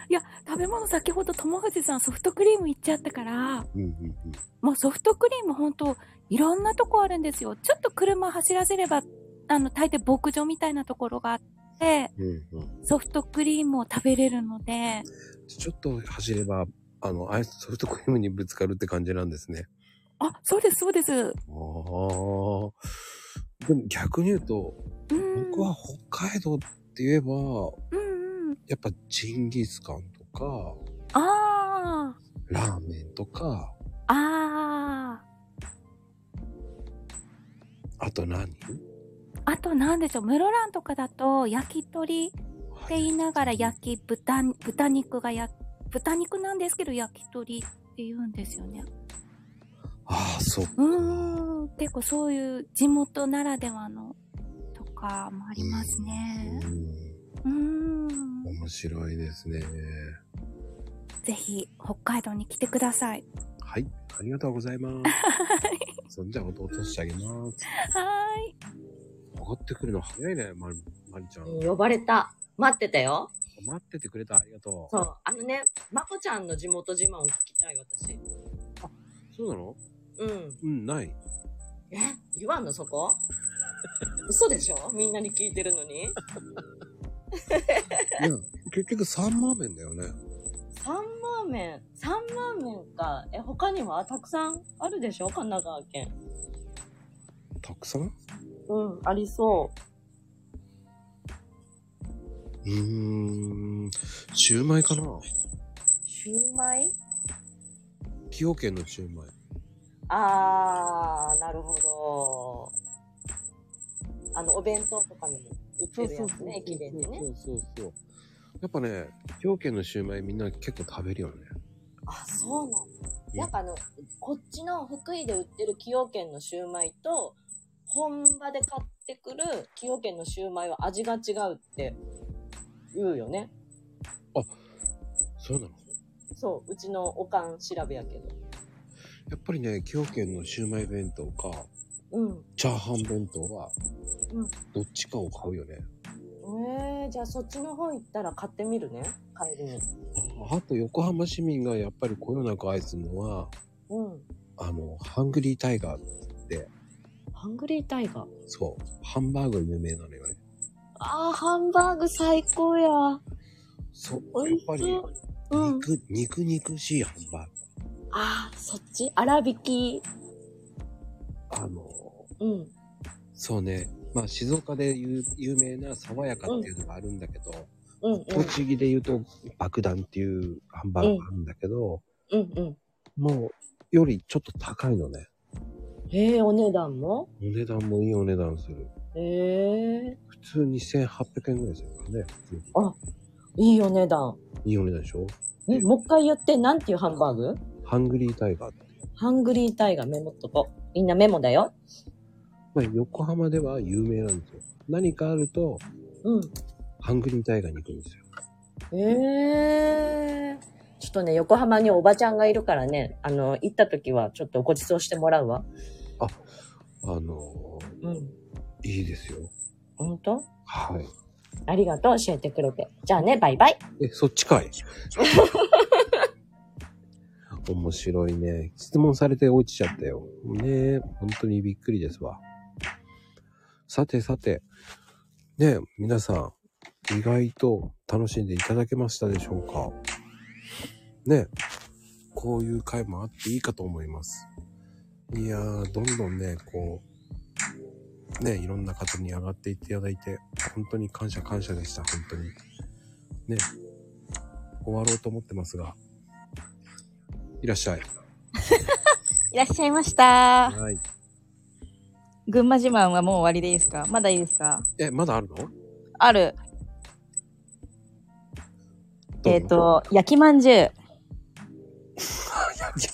M: いや、食べ物先ほど友藤さんソフトクリーム行っちゃったから、
A: うんうんうん。
M: もうソフトクリーム本当いろんなとこあるんですよ。ちょっと車走らせれば、あの、大抵牧場みたいなところがあって、
A: うんうん。
M: ソフトクリームを食べれるので、
A: ちょっと走れば、あの、アイスソフトクリームにぶつかるって感じなんですね。
M: あ、そうです、そうです。
A: ああ。でも逆に言うと、僕は北海道って言えば、やっぱジンギスカンとか、
M: あ
A: ラーメンとか、
M: ー、あ
A: あと何
M: ー、あとなんでしょう、室蘭とかだと焼き鳥って言いながら焼き、豚、豚肉がや、豚肉なんですけど焼き鳥って言うんですよね。
A: ああ、そう。
M: うーん、結構そういう地元ならではのとかもありますね。うーん、
A: 面白いですね。
M: ぜひ北海道に来てください。
A: はい、ありがとうございます。そんじゃ、音落としてあげます。
M: はーい。
A: 上がってくるの早いね、まり、まりちゃん。
E: 呼ばれた。待ってたよ。
A: 待っててくれた、ありがとう。
E: そう。あのね、まこちゃんの地元自慢を聞きたい、私。
A: そうなの
E: うん。
A: うん、ない。
E: え言わんの、そこ嘘でしょみんなに聞いてるのに。
A: いや、結局三万麺だよね。
E: 三万麺、三万麺か。え、他にはたくさんあるでしょ神奈川県。
A: たくさんう
E: うん、ありそう。
A: ーん、シューマイかな
E: シューマイ
A: 崎陽軒のシューマイ。
E: あー、なるほど。あの、お弁当とかにも売ってるやつね、駅弁でね。
A: そうそう。やっぱね、崎陽軒のシューマイみんな結構食べるよね。
E: あ、そうなんだ。やっぱあの、こっちの福井で売ってる崎陽軒のシューマイと、本場で買ってくる崎陽軒のシューマイは味が違うって言うよね。
A: そうなの
E: そう、うちのおかん調べやけど。
A: やっぱりね、崎陽軒のシューマイ弁当か、
E: うん。
A: チャーハン弁当は、
E: うん。
A: どっちかを買うよね。
E: えー、じゃあそっちの方行ったら買ってみるね。帰りに。
A: ああと横浜市民がやっぱりこよなく愛するのは、
E: うん。
A: あの、ハングリータイガーって、
E: ハングリータイガー。
A: そう、ハンバーグ有名なのよね。
E: あー、ハンバーグ最高や。
A: そう、やっぱり、肉、肉肉しいハンバーグ。
E: あー、そっち粗挽き。
A: あの、
E: うん。
A: そうね、まあ静岡で有有名な爽やかっていうのがあるんだけど、
E: うんうん。
A: 栃木で言うと爆弾っていうハンバーグがあるんだけど、
E: うんうん。
A: もう、よりちょっと高いのね。
E: へえ、お値段も
A: お値段もいいお値段する。
E: へえ。
A: 普通2800円ぐらいするからね。普通に
E: あ、いいお値段。
A: いいお値段でしょ
E: え、もう一回言って、なんていうハンバーグ
A: ハングリータイガーって。
E: ハングリータイガーメモっとこう。みんなメモだよ。
A: まあ、横浜では有名なんですよ。何かあると、
E: うん。
A: ハングリータイガーに行くんですよ。
E: へえ。ちょっとね、横浜におばちゃんがいるからね、あの、行った時はちょっとご馳走してもらうわ。
A: あの
E: ー
A: いいですよ。
E: ほんと
A: はい。
E: ありがとう、教えてくれて。じゃあね、バイバイ。
A: え、そっちかい面白いね。質問されて落ちちゃったよ。ねえ、本当にびっくりですわ。さてさて、ねえ皆さん、意外と楽しんでいただけましたでしょうかねえこういう回もあっていいかと思います。いやー、どんどんね、こう、ねえいろんな方に上がっていただいて、本当に感謝感謝でした、本当に。ねえ終わろうと思ってますが、いらっしゃい。
H: いらっしゃいました。
A: はい。
H: 群馬自慢はもう終わりでいいですかまだいいですか
A: え、まだあるの
H: ある。えっ、と、焼きまんじゅう。焼
A: き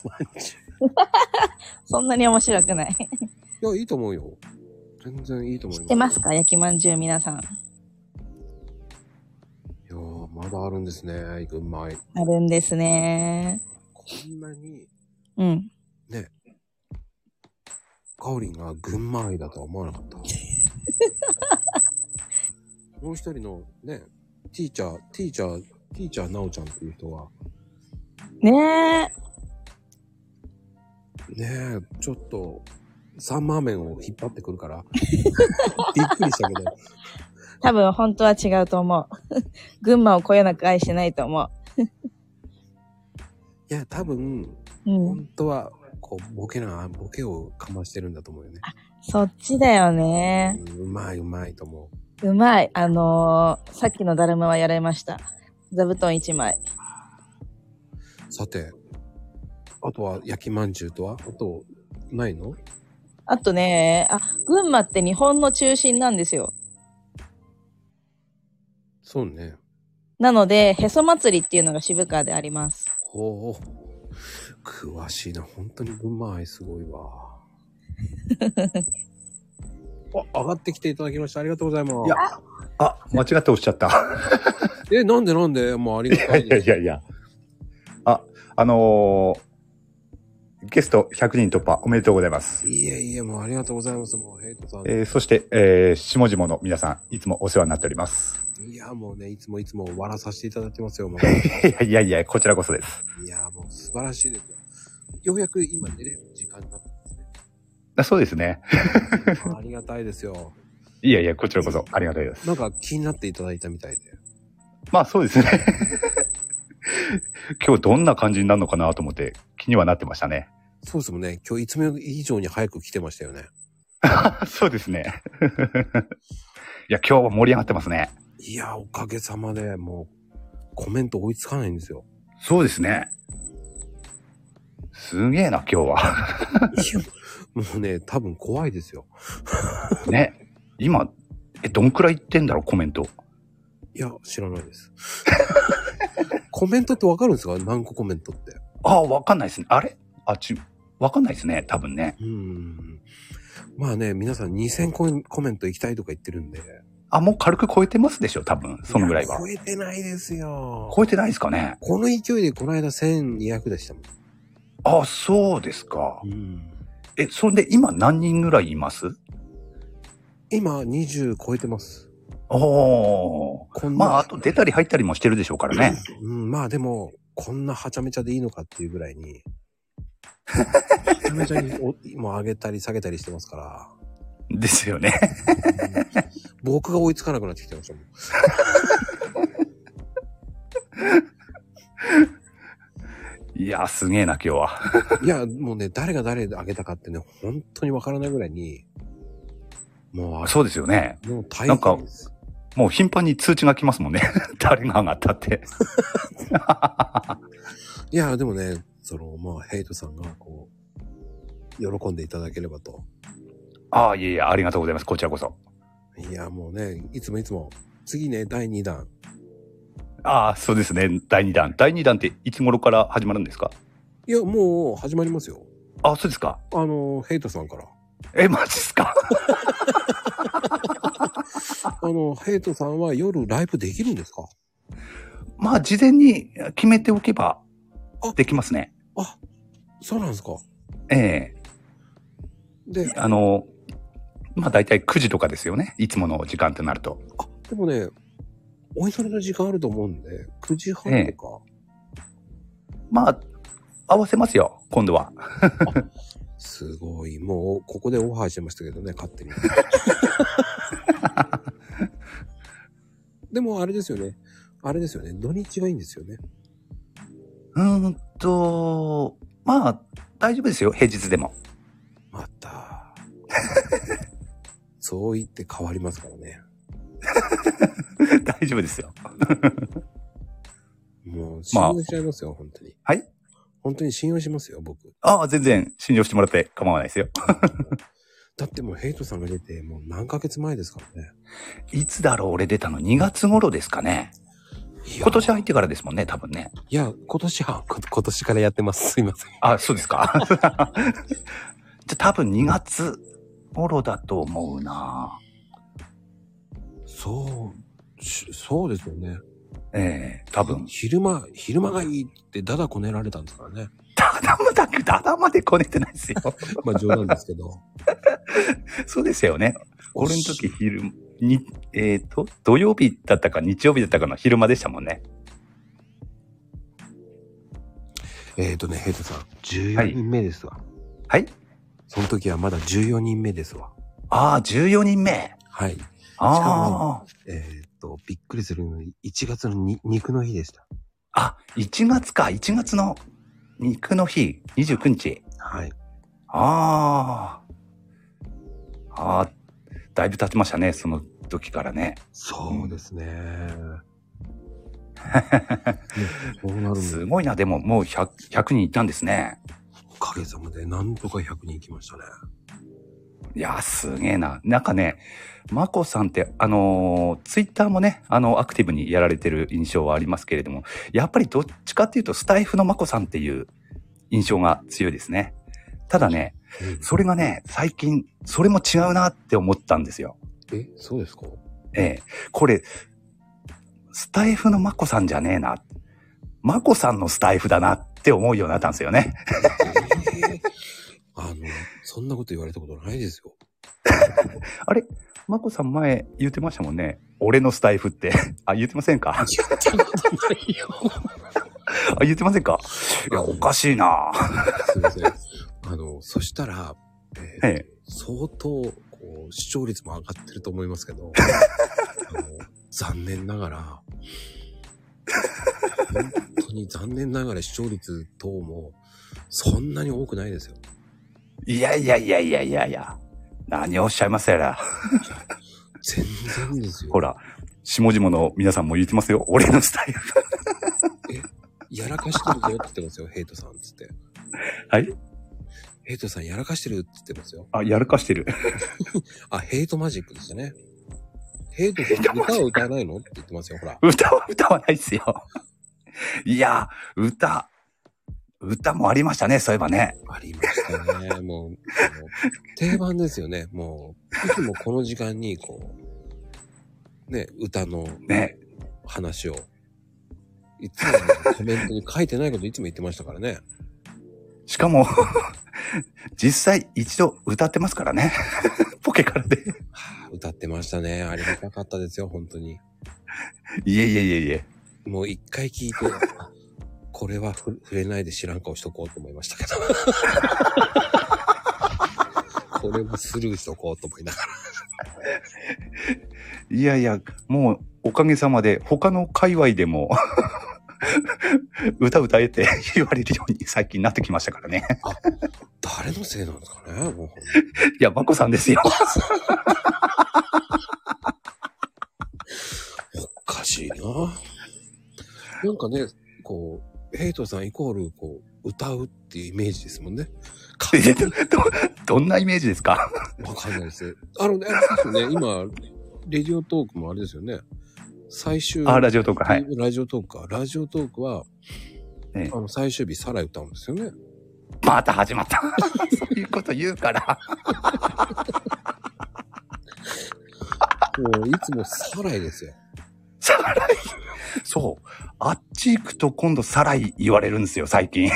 A: まんじゅ
H: う。そんなに面白くない。 (laughs)
A: いや、いいと思うよ。全然いいと思います。
H: 知ってますか焼きまんじゅう皆さ
A: い
H: ん。
A: やーまだあるんですね、群馬愛。
H: あるんですね。
A: こんなに、
H: うん。
A: ね、かおりんが群馬愛だとは思わなかった。もう一人のね、ティーチャー、ティーチャー、ティーチャーなおちゃんっていう人は、
H: ね
A: ねえ、ちょっと、サンマーメンを引っ張ってくるから、
H: (laughs)
A: びっくりしたけど、
H: え。多分本当は違うと (laughs) 思う。群馬をこよなく愛してないと思
A: いや、多分、
H: う。うん。
A: 本当は、こう、ボケな、ボケをかましてるんだと思うよね。
H: (laughs) そっちだよね。
A: うんうまいうまいと思う。
H: うまい。あのーさっきのだるまはやられました。座布団1枚。
A: さて、あとは焼きまんじゅうとはあと、ないの
H: あとね、あ、群馬って日本の中心なんですよ。
A: そうね。
H: なので、へそ祭りっていうのが渋川であります。
A: ほう。詳しいな。本当に群馬愛すごいわ。あ、上がってきていただきましてありがとうございます。いや、
N: あ、間違って押しちゃった。 (laughs)
A: え、なんでなんでもうありがたい
N: いやいやいや。あ、あのーゲスト100人突破おめでとうございます。
A: いえいえ、もうあり (laughs) がとうございます。もう、ヘイトさん。
N: えーそして、えー、下々の皆さん、いつもお世話になっております。
A: いや、もうね、いつもいつも笑わさせていただいてますよ、もう。
N: いやいやいや、こちらこそです。
A: いや、もう素晴らしいですよ。ようやく今寝れる時間になった
N: あそうですね。 (laughs)
A: ありがたいですよ。
N: いやいや、こちらこそありがたいです。
A: なんか気になっていただいたみたいで。 (laughs)
N: まあそうですね。今日どんな感じになるのかなと思って気にはなってましたね。
A: そうですもんね。今日いつも以上に早く来てましたよね。
N: (laughs) そうですね。 (laughs) いや、今日は盛り上がってますね。
A: いや、おかげさまでもう、コメント追いつかないんですよ。
N: そうですね。すげえな、今日は。
A: もうね、多分怖いですよ。
N: (laughs) ね。今、え、どんくらい言ってんだろう、コメント。
A: いや、知らないです。 (laughs) コメントってわかるんですか何個コメントって。
N: ああ、わかんないですね。あれあち、わかんないですね、多分ね。
A: うん。まあね、皆さん2000ココメント行きたいとか言ってるんで。
N: あ、もう軽く超えてますでしょ、多分、そのぐらいは。
A: 超えてないですよ。
N: 超えてないですかね。
A: この勢いでこの間1200でしたもん。
N: ああ、そうですか。え、そんで今何人ぐらいいます
A: 今20超えてます。
N: おー。まあ、あと出たり入ったりもしてるでしょうからね。
A: うん、まあでも、こんなはちゃめちゃでいいのかっていうぐらい
N: (laughs)
A: に。はちゃめちゃにおもう上げたり下げたりしてますから。
N: ですよね。 (laughs)
A: 僕が追いつかなくなってきてましたもん。
N: いや、すげえな、今日は。
A: いや、もうね、誰が誰で上げたかってね、本当にわからないぐらいに、もう、
N: そうですよね。
A: もう大
N: なんか
A: 変です。、
N: もう頻繁に通知が来ますもんね。 (laughs) 誰が上がったって。
A: (laughs) いや、でもね、その、まあ、ヘイトさんが、こう、喜んでいただければと。
N: ああ、いえいえ、ありがとうございます。こちらこそ。
A: いや、もうね、いつもいつも、次ね、第2弾。
N: ああ、そうですね。第2弾。第2弾っていつ頃から始まるんですか
A: いや、もう、始まりますよ。
N: あ、そうですか。
A: あの、ヘイトさんから。
N: え、マジっすか
A: (laughs) あの、ヘイトさんは夜ライブできるんですか
N: まあ、事前に決めておけば、できますね。
A: そうなんですか
N: ええ
A: で、
N: あの、まあ、だいたい9時とかですよね。いつもの時間ってなると。
A: でもね、お急ぎの時間あると思うんで、9時半とか。
N: まあ、合わせますよ。今度は。
A: すご
N: (laughs)
A: い。もう、ここでオファーしてましたけどね、勝手に。でもあれですよね。あれですよね。土日がいいんですよね。
N: うーんと、まあ、大丈夫ですよ、平日でも。
A: そう言って変わりますからね。
N: (laughs) 大丈
A: (laughs)
N: 夫ですよ。
A: もう、信
N: まあ
A: 用しちゃいますよ、本当に。
N: はい
A: 本当に信用しますよ、
N: (laughs)
A: 僕。
N: ああ、全然信用してもらって構わないですよ。
A: だってもうヘイトさんが出て、もう何ヶ月前ですからね。
N: いつだろう、俺出たの2月頃ですかね。今年入ってからですもんね、多分ね。
A: いや、今年は、 (laughs) こ今年からやってます。すいません。
N: あ、そうですか。 (laughs) じゃあ多分2月頃だと思うな。
A: そう、しそうですよね。
N: ええ多分。
A: 昼間、昼間がいいってダダこねられたんですからね。
N: ダダまでこねてないですよ。
A: (laughs) まあ冗談ですけど。
N: そうですよね。俺の時昼、に、えっ、と、土曜日だったか日曜日だったかの昼間でしたもんね。
A: えっ、ー、とね、ヘイトさん、14人目ですわ。
N: はい
A: その時はまだ14人目ですわ。
N: ああ、14人目。
A: はい。し
N: あー
A: かも、えっ、と、びっくりするのに、1月のに肉の日でした。
N: あ、1月か、1月の肉の日、29日。
A: はい。
N: ああ。ああ、だいぶ経ちましたね、その時からね。
A: そうですね。
N: すごいな、でももう 100, 100人いたんですね。
A: おかげさまで、なんとか100人いきましたね。
N: いやー、すげえな。なんかね、まこさんって、あのツイッター Twitter もね、あの、アクティブにやられてる印象はありますけれども、やっぱりどっちかっていうと、スタイフのまこさんっていう印象が強いですね。ただね、それがね、最近、それも違うなって思ったんですよ。
A: え、そうですか
N: ええこれ、スタイフのまこさんじゃねえな。まこさんのスタイフだなって思うようになったんですよね。
A: (laughs) あの、そんなこと言われたことないですよ。
N: (laughs) あれまこさん前言ってましたもんね。俺のスタイフって。あ、言ってませ
A: (laughs)
N: んか言ってあ、言ってませんかいや、おかしいな
A: すいません。あの、そしたら、え
N: え
A: 相当、こう、視聴率も上がってると思いますけ
N: (laughs)
A: ど、あの残念ながら、本当に残念ながら視聴率等も、そんなに多くないですよ。
N: いやいやいやいやいやいや。何をおっしゃいますやら。
A: 全然ですよ。
N: ほら、下々の皆さんも言ってますよ。俺のスタイフ。
A: やらかしてるぞって言ってますよ、 (laughs) ヘイトさんっつって。
N: はい
A: ヘイトさんやらかしてるって言ってますよ。
N: あ、やらかしてる。
A: (laughs) あ、ヘイトマジックでしたね。ヘイトさん歌を歌わないのって言ってますよ、ほら。
N: 歌は歌わないですよ。いや、歌。歌もありましたね、そういえばね。
A: ありましたね。もう、もう定番ですよね。もう、いつもこの時間に、こう、ね、歌の、
N: ね、
A: 話を。いつもコメントに書いてないこといつも言ってましたからね。
N: しかも、実際一度歌ってますから (laughs) ね。ポケからで。
A: 歌ってましたね。ありがたかったですよ、本当に。
N: いえいえいえいえ。
A: もう一回聞いて、 (laughs) あこれはふ触れないで知らん顔しとこうと思いました
N: (laughs)
A: けど。これもスルーしとこうと思いながら。
N: いやいや、もうおかげさまで他の界隈でも (laughs) 歌歌えって言われるように最近なってきましたからね。
A: 誰のせいなんですかね、もう。
N: いや、まこさん (laughs) ですよ。
A: おかしいな。なんかね、こう、ヘイトさんイコール、こう、歌うっていうイメージですもんね。
N: (laughs) どんなイメージですか
A: わかんないです。あのね、そうですね今、レディオトークもあれですよね。最終。
N: あラジオトークはい。
A: ラジオトークか。ラジオトークは、あの、最終日、サライ歌うんですよね。
N: また始まった。そういうこと言
A: (laughs)
N: うから。
A: もう、いつもサライですよ。
N: サライそう。あっち行くと今度サライ言われるんですよ、最
A: (laughs)
N: 近。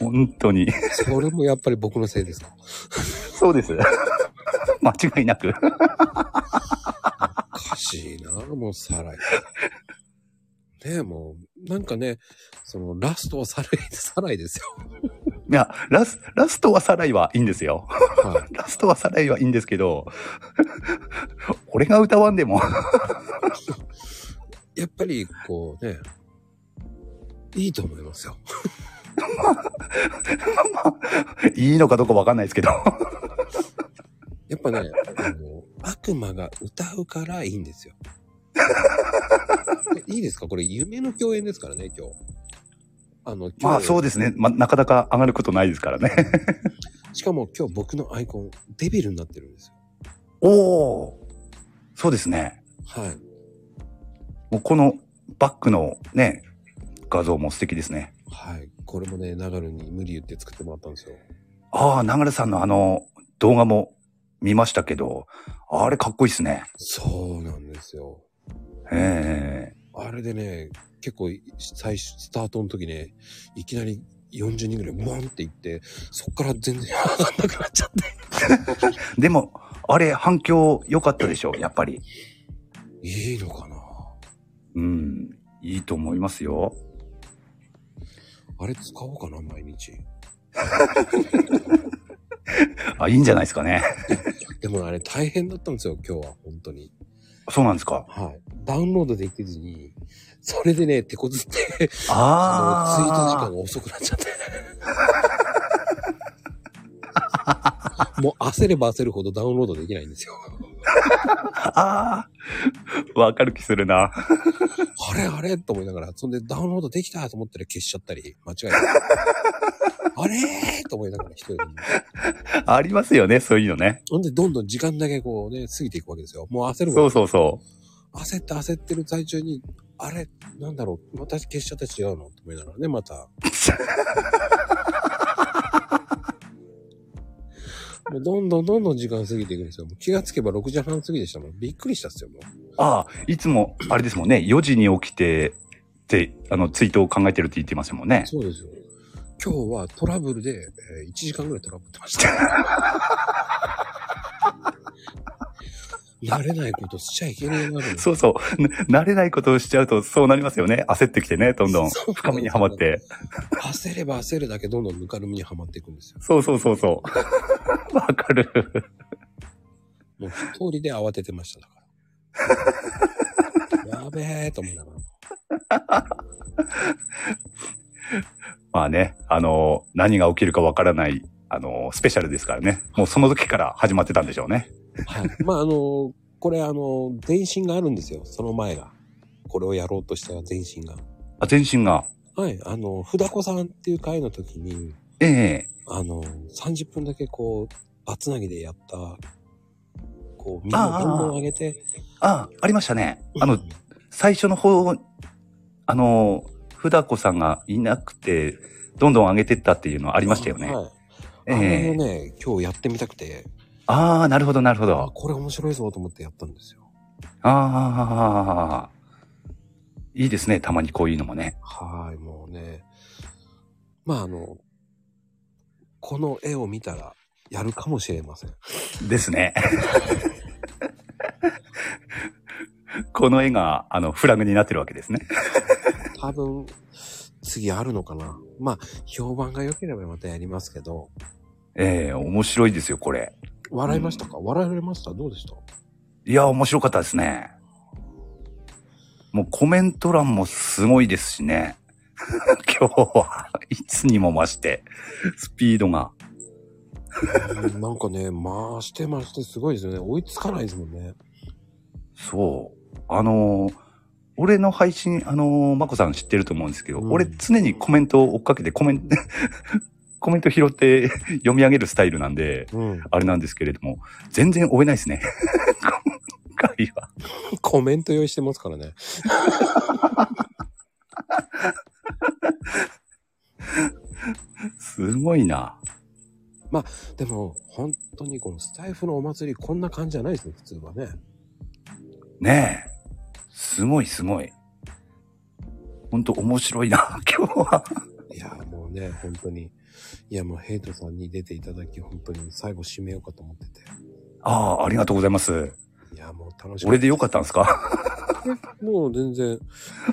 N: 本当に。
A: それもやっぱり僕のせいですか
N: そうです。間違いなく。
A: おかしいな、 (laughs) もうサライ。ねえ、もう、なんかね、その、ラストはサライ、サライですよ。
N: いや、ラス、ラストはサライはいいんですよ。 (laughs) ラストはサライはいいんですけど、 (laughs) 俺が歌わんでも。
A: (laughs) やっぱり、こうね、いいと思いますよ。
N: (laughs) いいのかどうかわかんないですけど。
A: やっぱね、あの、悪魔が歌うからいいんですよ。 (laughs) いいですかこれ夢の共演ですからね、今日。あの、今日
N: (laughs) まあそうですね。まあ、なかなか上がることないですからね。 (laughs)
A: しかも今日僕のアイコン、デビルになってるんですよ。
N: おおそうですね。
A: はい。
N: もうこのバックのね、画像も素敵ですね。
A: はい。これもね、流るに無理言って作ってもらったんですよ。
N: ああ、流れさんのあの動画も見ましたけど、あれかっこいいですね。
A: そうなんですよ。
N: え
A: あれでね、結構い最初、スタートの時ね、いきなり40人ぐらいボンって行って、そっから全然上がんなくなっちゃって。
N: え (laughs) でも、あれ反響良かったでしょやっぱり。
A: いいのかな
N: うん。いいと思いますよ。
A: あれ使おうかな、毎日。
N: (laughs) あ、いいんじゃないですかね。
A: (laughs) でもあれ大変だったんですよ、今日は、本当に。
N: そうなんですか
A: はい。ダウンロードできずに、それでね、手こずって、
N: あー
A: の、ツイート時間が遅くなっちゃ
N: (laughs)
A: って。もう焦れば焦るほどダウンロードできないんですよ。
N: (laughs) ああ、わかる気するな。
A: あれあれと思いながら、そんでダウンロードできたと思ったら消しちゃったり、間違えたり。あれ (laughs) ーと思いながら一人で。
N: ありますよね、そういうのね。
A: (laughs) ほんで、どんどん時間だけこうね、過ぎていくわけですよ。もう焦る。
N: そうそうそう
A: 焦って焦ってる最中に、あれ、なんだろう、私消しちゃった違うのと思いながらね、ま
N: (laughs)
A: た。もうどんどんどんどん時間過ぎていくんですよ。もう気がつけば6時半過ぎでしたもん。びっくりしたっすよ、もう。
N: ああ、いつも、あれですもんね、4時に起きて、って、あの、ツイートを考えてるって言ってますもんね。
A: そうですよ。今日はトラブルで、え1時間ぐらいトラブってました。
N: (laughs)
A: 慣れないことしちゃいけないなと思って
N: そうそう。な慣れないことをしちゃうと、そうなりますよね。焦ってきてね、どんどん
A: そう。
N: 深みにはまって。
A: 焦れば焦るだけどんどんぬかるみにはまっていくんですよ。
N: そうそうそうそう。わかる。
A: もう一人で慌ててました、だ (laughs) から。やべえと思いながら。
N: まあね、あの、何が起きるかわからない、あの、スペシャルですからね。もうその時から始まってたんでしょうね。
A: はい。まあ、あのこれ、あの前進があるんですよ、その前が。これをやろうとした前進が。
N: あ、全身が。
A: はい。あの、ふだこさんっていう回の時に、
N: ええ
A: あの、30分だけこう、あつなぎでやった、こう、みんなどんどん上げて、
N: あ、ありましたね。あの、最初の方、あの、ふだこさんがいなくて、どんどん上げてったっていうのありましたよね。
A: はい。
N: え
A: あれ
N: え
A: をね、今日やってみたくて、
N: ああ、なるほど、なるほど。
A: これ面白いぞと思ってやったんですよ。
N: ああ、いいですね、たまにこういうのもね。
A: はい、もうね。まあ、あの、この絵を見たら、やるかもしれません。
N: ですね。 (laughs) この絵が、あの、フラグになってるわけですね。
A: 多分、次あるのかな。まあ、評判が良ければまたやりますけど、
N: ええ面白いですよ、これ。
A: 笑いましたか、笑われましたどうでした
N: いや、面白かったですね。もうコメント欄もすごいですしね。 (laughs) 今日はいつにも増して、スピードが。 (laughs)
A: うんなんかね、回して回してすごいですよね。追いつかないですもんね。
N: そう。あのー俺の配信、あのー、まこさん知ってると思うんですけど、俺常にコメントを追っかけて、コメント、 (laughs) コメント拾って読み上げるスタイルなんで、あれなんですけれども、全然追えないですね。 (laughs) 今回は。
A: コメント用意してますからね。
N: すごいな。
A: まあ、でも、本当にこのスタイフのお祭り、こんな感じじゃないですね、普通はね。
N: ねえ。すごいすごい。ほんと面白いな、 (laughs) 今日は。
A: いや、もうね、本当に。いや、もうヘイトさんに出ていただき、本当に最後締めようかと思ってて。
N: ああ、ありがとうございます。
A: いや、もう楽しか
N: 俺でよかったんですか
A: えもう全然、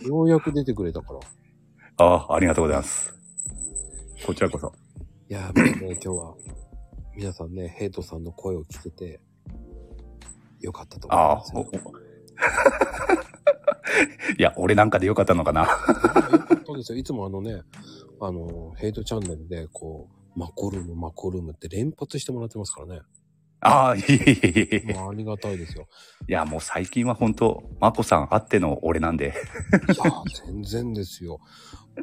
A: ようやく出てくれたから。
N: ああ、ありがとうございます。こちらこそ。
A: いやー、
N: (coughs)
A: もうね、今日は、皆さんね、ヘイトさんの声を聞けて、よかったと思いますよ。
N: いや、俺なんかでよかったのかな。
A: そうですよ。いつもあのね、あの、ヘイトチャンネルで、こう、マコルーム、マコルームって連発してもらってます
N: (laughs)
A: からね。
N: ああ、いえいえいえいえ。
A: ありがたいですよ。
N: いや、もう最近は本当、まこさんあっての俺なん
A: い
N: で。
A: や、全然ですよ。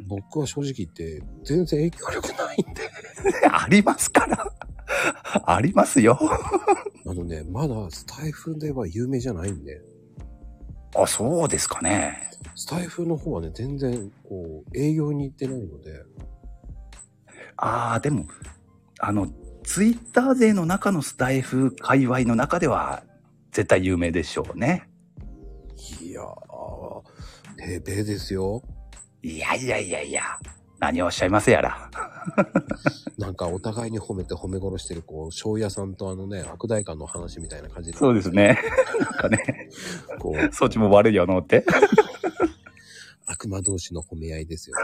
A: 僕は正直言って、全然影響力ないんで。
N: (laughs) ありますから。ありますよ。
A: あのね、まだスタイフでは有名じゃないんで。
N: あ、そうですかね。
A: スタイフの方はね、全然、こう、営業に行ってないので。
N: ああ、でも、あの、ツイッター勢の中のスタイフ界隈の中では、絶対有名でしょうね。
A: いやー、ペーペーですよ。
N: いやいやいやいや、何をおっしゃいますやら。
A: なんかお互いに褒めて褒め殺してる、こう、庄屋さんとあのね、悪代官の話みたいな感じで。
N: そうですね。 (laughs) なんかね、そっちも悪いよのって。
A: (laughs) 悪魔同士の褒め合いですよ。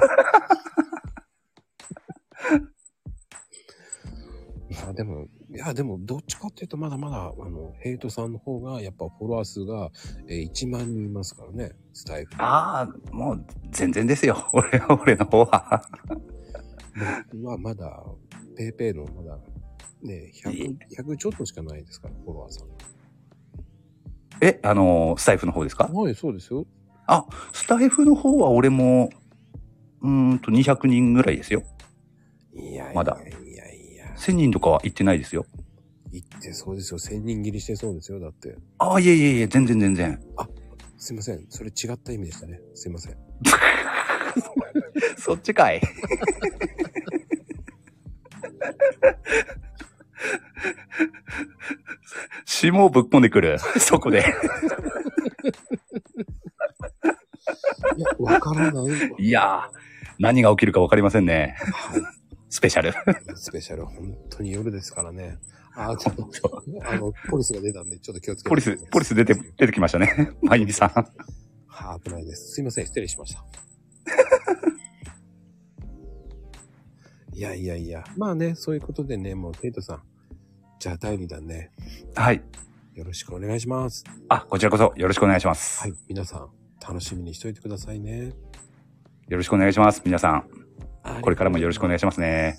A: まあでも、いやでも、どっちかっていうとまだまだ、あの、ヘイトさんの方が、やっぱフォロワー数が、えー1万人いますからね、スタイフ。
N: ああ、もう全然ですよ。俺、俺の方は。
A: 僕はまだ、ペイペイのまだ、ね、100、100ちょっとしかないですから、フォロワーさん。
N: え、あのースタイフの方ですか
A: はい、そうですよ。
N: あ、スタイフの方は俺も、うーんと200人ぐらいですよ。
A: いや
N: まだ。1000人とかは行ってないですよ。
A: 行ってそうですよ。千人切りしてそうですよ。だって。
N: ああ、いえいえいえ、全然全然。
A: すいません。それ違った意味でしたね。すいません。
N: (laughs) そっちかい。霜をぶっ込んでく
A: (laughs)
N: る。そこで。
A: いや、わからない。
N: いやー、何が起きるかわかりませんね。スペシ
A: (laughs)
N: ャル。
A: スペシャル、本当に夜ですからね。あー、ちょっと、あの、ポリスが出たんで、ちょっと気をつけて。
N: ポリス、ポリス出て、出てきましたね。 (laughs) まゆみさん。
A: はあ、危ないです。すいません、失礼しま
N: (laughs)
A: した。いやいやいや。まあね、そういうことでね、もう、テイトさん。じゃあ、第2弾ね。
N: はい。
A: よろしくお願いします。
N: あ、こちらこそよろしくお願いします。
A: はい、皆さん、楽しみにしといてくださいね。
N: よろしくお願いします。皆さん。これからもよろしくお願いしますね。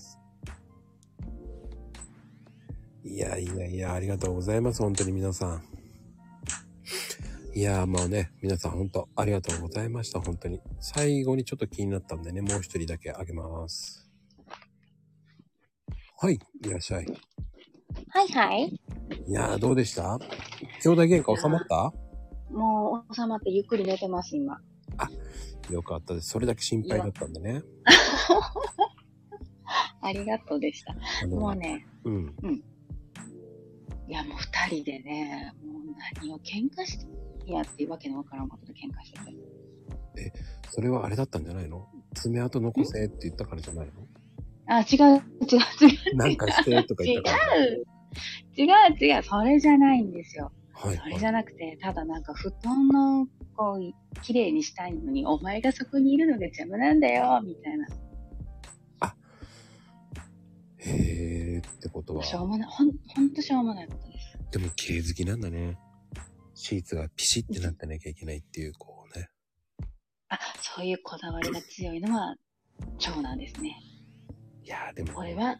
A: いやいやいや、ありがとうございます。本当に皆さん。いやーもうね、皆さん本当ありがとうございました。本当に。最後にちょっと気になったんでね、もう一人だけあげます。はい、いらっしゃい。
D: はいはい。
A: いやーどうでした兄弟喧嘩収まった
D: もう収まってゆっくり寝てます、 (laughs) 今。
A: よかったです。それだけ心配だったんでね。
D: ありがとうでした。もうね、
A: うん。
D: いやもう二人でね、もう何を喧嘩して、いやっていうわけのわからんことで喧嘩してて。
A: それはあれだったんじゃないの爪痕残せって言ったからじゃないの
D: あ、違う、違う、違う。
A: なんかしてとか
D: (laughs)
A: 言ったから。
D: 違う違う違う、それじゃないんですよ。それじゃなくて、ただなんか布団の、こう、綺麗にしたいのに、お前がそこにいるのが邪魔なんだよ、みたいな。
A: へーってことは。
D: しょうもない、ほん、ほんとしょうもないことです。
A: でも綺麗好きなんだね。シーツがピシッてなってなきゃいけないっていう、こうね。
D: あ、そういうこだわりが強いのは、長男ですね。
A: いやーでも。
D: 俺は、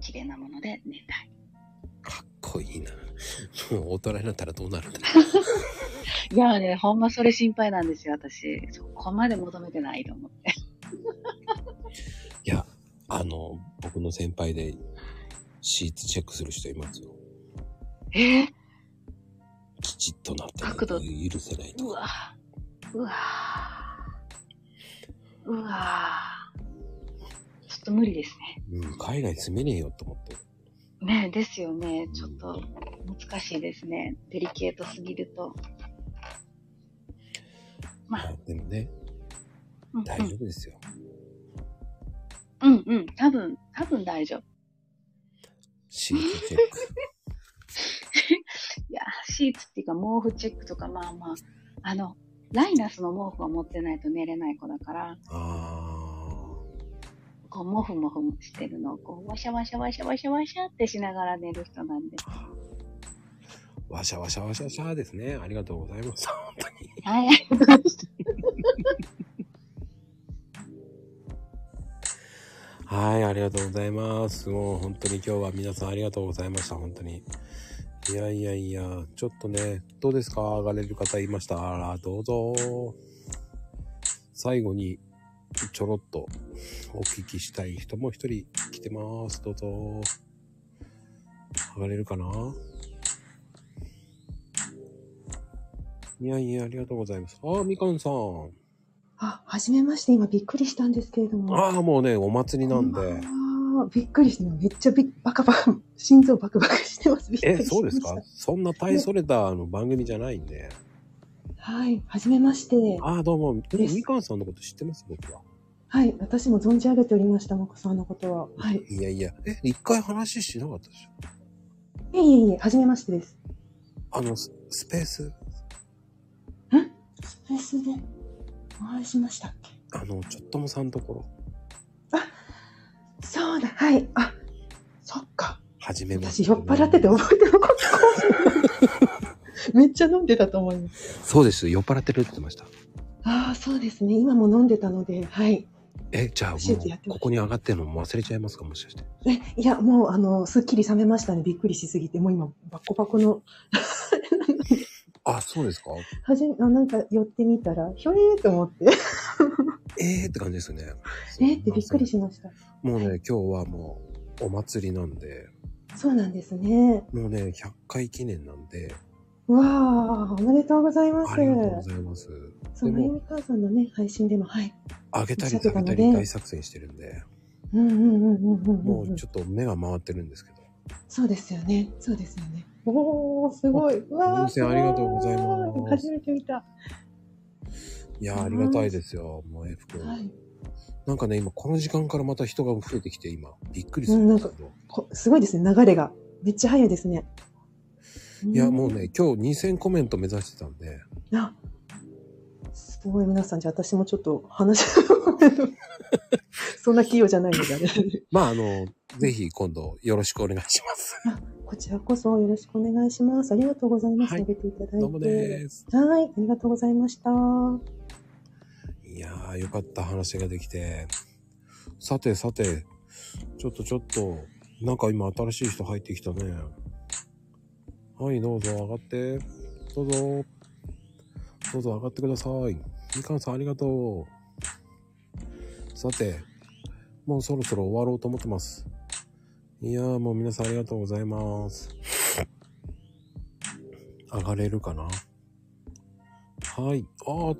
D: 綺麗なもので寝たい。
A: 濃いな。もう大人になったらどうなるんだ
D: (laughs) いやね、ほんまそれ心配なんですよ、私。そこまで求めてないと思って。
A: いや、あの、僕の先輩で、シーツチェックする人いますよ。
D: えー、
A: きちっとなってないと許せない。
D: うわうわうわちょっと無理ですね。
A: うん、海外住めねえよと思って。
D: ねですよね。ちょっと難しいですね。デリケートすぎると。ま
A: あ、でもね、
D: うん
A: 大丈夫ですよ。
D: うんうん。多分、多分大丈夫。
A: シーツチェック。
D: (laughs) いや、シーツっていうか毛布チェックとか、まあまあ、あの、ライナスの毛布は持ってないと寝れない子だから、
A: ああ。
D: こう、もふもふしてるのを、こう、わしゃわしゃわしゃわしゃわしゃってしながら寝る人なんで。
A: わしゃわしゃわしゃわしゃですね。ありがとうございます。本当に。
D: はい、ありがとうございました。
A: はい、ありがとうございます。もう本当に今日は皆さんありがとうございました。本当に。いやいやいや、ちょっとね、どうですか上がれる方いましたら、どうぞ。最後に、ちょろっとお聞きしたい人も一人来てます。どうぞ。上がれるかないやいや、ありがとうございます。ああ、みかんさん。
Q: あ、はじめまして。今びっくりしたんですけれども。
A: ああ、もうね、お祭りなんで。
Q: あーびっくりして、めっちゃびっバカバカ、心臓バクバクしてます。びっくり
A: え、
Q: しました
A: そうですかそんな大それたあの番組じゃないんで。
Q: はい、はじめまして。
A: ああ、どうも。みかんさんのこと知ってます僕は。
Q: はい、私も存じ上げておりました、マコさんのことは。はい。
A: いやいや、え、一回話しなかったでしょ
Q: いえいえいえ、はじめましてです。
A: あの、ススペース、
Q: フェスでお会いしましたっけ
A: あの、ちょっともさんところ、
Q: そうだ、はい。あ、
A: 始めま
Q: 私酔っ払ってて覚えて
I: (laughs)
Q: なかった。めっちゃ飲んでたと思います。
A: そうです。酔っ払ってるって言ってました。
Q: ああ、そうですね。今も飲んでたので、はい。
A: え、じゃあも
Q: 教えてやって
A: う、ここに上がってるのも忘れちゃいますかもしかして。
Q: え、いや、もう、あの、すっきり冷めましたね。びっくりしすぎて。もう今、バコバコの、
A: あ、そうですか
Q: はじめ、あなんか寄ってみた (laughs) ら、ひょえーと思って、
A: えーって感じですね。
Q: えーってびっくりしました。
A: もうね、今日はもう、お祭りなんで、
Q: そうなんですね。
A: もうね、100回記念なんで、
Q: わあ、おめでとうございます。
A: ありがとうございます。
Q: そう、まゆみ母さんのね、配信でも、はい。
A: あげたり
Q: おっしゃって
A: 食
Q: た
A: べ
Q: の
A: た
Q: で
A: り大作戦してるんで、
Q: うんうんうんうんうんうん
A: も
Q: うん。
A: うちょっと目が回ってるんですけど。
Q: そうですよね。そうですよね。おー、すごい。うわ
A: 温
Q: ー、す
A: 泉
Q: ご
A: あ
Q: い
A: りがとうございます。
Q: 初めて見た。
A: いやー、ありがたいですよ、もう F 君。
Q: はい。
A: なんかね、今この時間からまた人が増えてきて、今、びっくりす
Q: う
A: る
Q: ん、
A: ん
Q: な
A: で
Q: ん
A: すけ
Q: か
A: ど。、
Q: こすごいですね、流れが。めっちゃ早いですね。
A: いや、もうね、今日2000コメント目指してたんで、
Q: あ、すごい皆さん、じゃあ私もちょっと話、 (laughs) そんな器用じゃないのであれ。 (laughs)
A: まあ、あの、ぜひ今度よろしくお願いします。
Q: こちらこそよろしくお願いします。ありがとうございます。あげていただいて。
A: どうもです
Q: はい、ありがとうございました。はい
A: やー、よかった話ができて。さてさて、ちょっとちょっと、なんか今新しい人入ってきたね。はい、どうぞ上がって。どうぞ。どうぞ上がってください。みかんさんありがとう。さて、もうそろそろ終わろうと思ってます。いやーもう皆さんありがとうございます。上がれるかなはい。あー、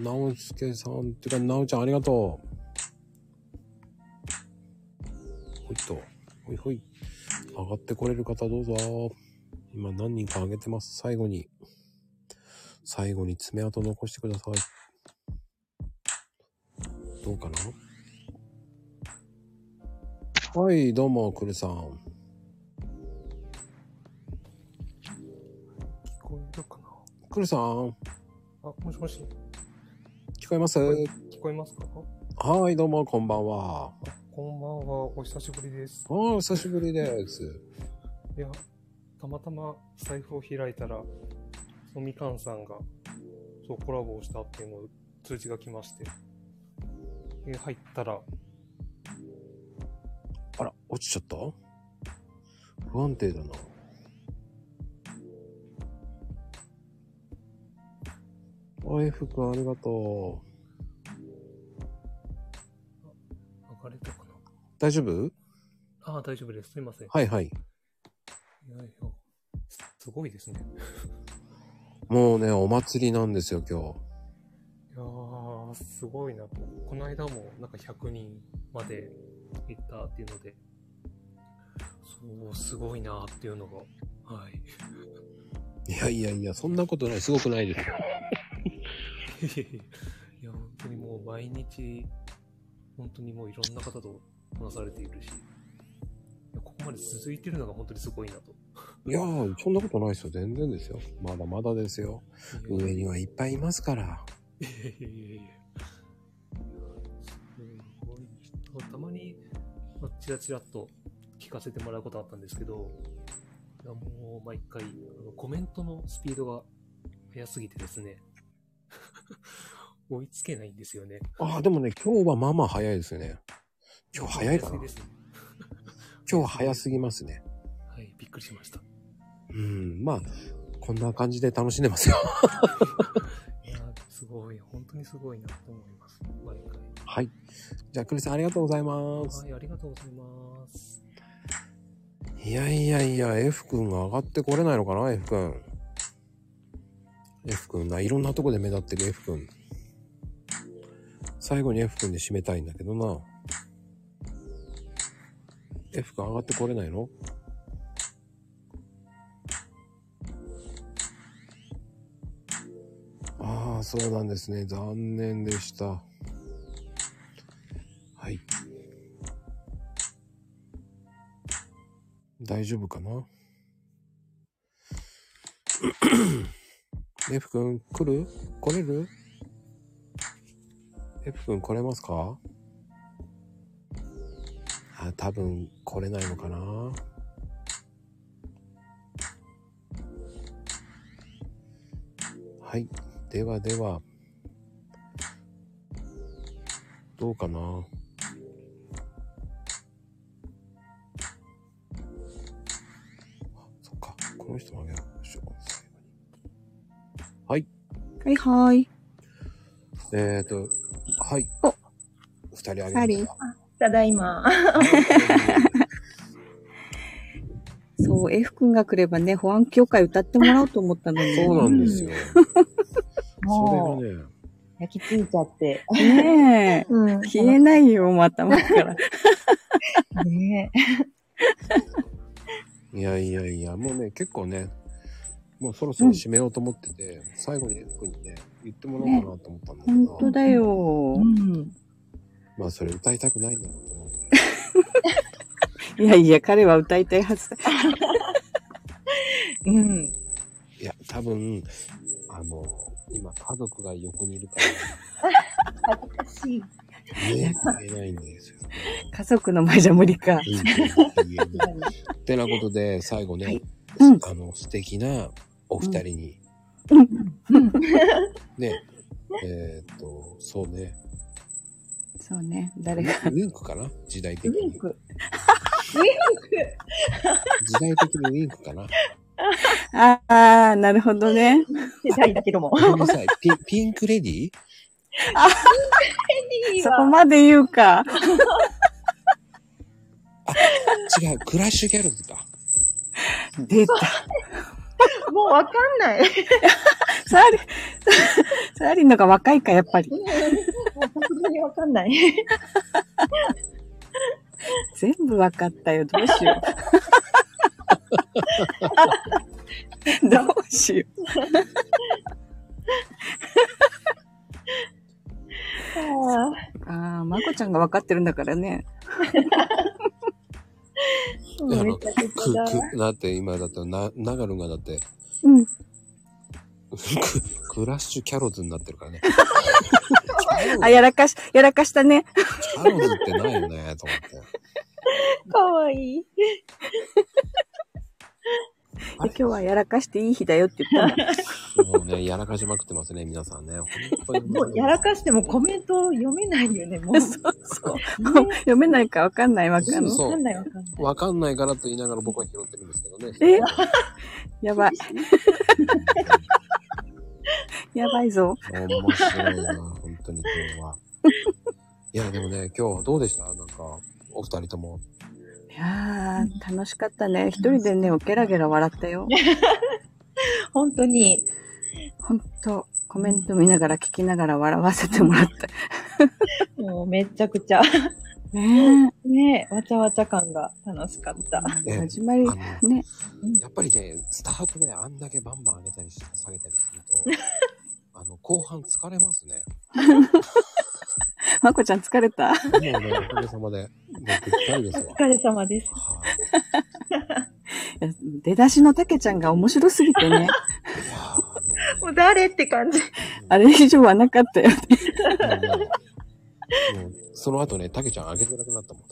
A: なおすけさん、っていうか、なおちゃんありがとう。ほいっと、ほいほい。上がってこれる方どうぞ。今何人か上げてます。最後に。最後に爪痕残してください。どうかなはい、どうも、くるさん。
C: 聞こえるかな
A: くるさん、
C: あ、もしもし。
A: 聞こえます
C: 聞こえますか
A: はい、どうも、こんばんは。
C: こんばんは、お久しぶりです。
A: あー、久しぶりです。
C: いや、たまたま財布を開いたら、そのみかんさんが、そう、コラボをしたっていうのを通知が来まして。で、入ったら、
A: あら、落ちちゃった不安定だな。おい、ふくんありがとう。
C: 上がれたかな
A: 大丈夫
C: ああ、大丈夫です。すいません。
A: はいはい。
C: いやいや、すすごいですね。
A: もうね、お祭りなんですよ、今
C: いやー、すごいな。ここの間もなんか100人まで行ったっていうので、そう、すごいなっていうのが、はい。
A: 日。いやいやいや、そんなことない、すごくないですよ。
C: い (laughs) やいやいや、本当にもう毎日、本当にもういろんな方と話されているし、いやここまで続いてるのが本当にすごいなと。
A: いやー、そんなことないですよ、全然ですよ。まだまだですよ。上にはいっぱいいますから。
C: いやいやいやいや。すごい。たまにまあ、ちらちらっと聞かせてもらうことあったんですけど、いやもう毎回、あのコメントのスピードが速すぎてですね、 (laughs) 追いつけないんですよね。
A: ああ、でもね、今日はまあまあ早いですよね。今日早いかな。
C: 早すぎですね
A: 今日は早すぎますね。
C: はい、びっくりしました。
A: うん、まあ、こんな感じで楽しん
C: (laughs)
A: でますよ。
C: いやーすごい、本当にすごいなと思います。毎回。
A: はい。じゃあ、クリスさんありがとうございます。
C: はい、ありがとうございます。
A: いやいやいや、F 君が上がってこれないのかな、F 君。F 君な、いろんなとこで目立ってる F 君。最後に F 君で締めたいんだけどな。F 君上がってこれないのああ、そうなんですね。残念でした。はい。大丈夫かな ?F 君来る来れる ?F 君来れますかあ、多分来れないのかなはい。ではでは。どうかなこの人もあげよう。よいしょはい。
F: はいはい。
A: えっ、ー、と、はい。二人あげ
F: 二
A: ま
F: 人
A: した
H: だいま。
F: そう、F 君が来ればね、保安協会歌ってもらおうと思ったのに。
A: そうなんですよ。
F: も
A: う、ね、
F: 焼きついちゃって。ねえ、消えないよ、もう頭から。ね
A: いやいやいや、もうね、結構ね、もうそろそろ締めようと思ってて、最後に F 君にね、言ってもらおうかなと思ったんだけど、
F: 本当だよ。うん
A: まあそれ歌いたくないんだろうと思って。
F: いやいや、彼は歌いたいはずだ。うん。
A: いや、多分、あの、今家族が横にいるか
F: 恥ずかしい。
A: ら、
F: (laughs)
A: ね、歌えないんですよ。
F: 家族の前じゃ無理か。
A: ってなことで、最後ね、あの、素敵なお二人に、ね、えーっと、そうね、
F: そうね、誰が。
A: ウィンクかな時代的
F: ウ
A: に。
F: ィンク。
A: 時代的にウィンクかな
F: ああ、なるほど
H: (laughs)
F: ね。
H: 世代だけども。
A: ごめんなさい。ピピンクレディー
B: (laughs)
F: あそこまで言うか。
A: 違う、クラッシュギャルズか。
F: 出た。
H: もうわかん
F: (laughs)
H: ない。
F: サーリン、 (laughs) サーリンのが若いか、やっぱり。
H: もう本当にわかんない。
F: 全部わかったよ、どうしよ
A: (laughs)
H: (laughs)
F: う。どうしよう。ああ、まこちゃんがわかってるんだからね。
A: であの、く、く、だって今だって、な、ナガルンがだって、
F: うん。
A: くクラッシュキャロズになってるからね。
F: あ、やらかし、やらかしたね。
A: キャロズってないよね、と思って。
F: かわいい。今日はやらかしていい日だよって言ったの。
A: (laughs) もうね、やらかしまくってますね、皆さんね。本当に。
H: もうやらかしてもコメント読めないよね、もう。
F: そうそう。読めないかわかんないわかんない。
A: そう
H: わかんないわかんない。
A: わかんないからと言いながら僕は拾ってるんですけどね。
F: え
H: (laughs)
F: やばい。 (laughs) やばいぞ。
A: 面白いな、本当に今日は。いや、でもね、今日どうでしたなんか、お二人とも。
F: いやー、楽しかったね。一人でね、おゲラゲラ笑ったよ。
H: (laughs) 本当に。
F: 本当コメント見ながら聞きながら笑わせてもら
H: (laughs)
F: った。
H: もうめっちゃくちゃ。
F: ね
H: え。ねえ、わちゃわちゃ感が楽しかった。
A: 始
F: まり、ね。
A: やっぱりね、スタートね、あんだけバンバン上げたりして下げたりすると、あの、後半疲れますね。
F: まこちゃん疲れた
A: もうね、おかげさまで、もうぐったりですわ。
H: 疲れ様です。
F: いや出だしのたけちゃんが面白すぎてね。
H: (laughs) もう誰って感じ。
F: あれ以上はなかったよね。
A: その後ね、たけちゃん上げづらくなったもん。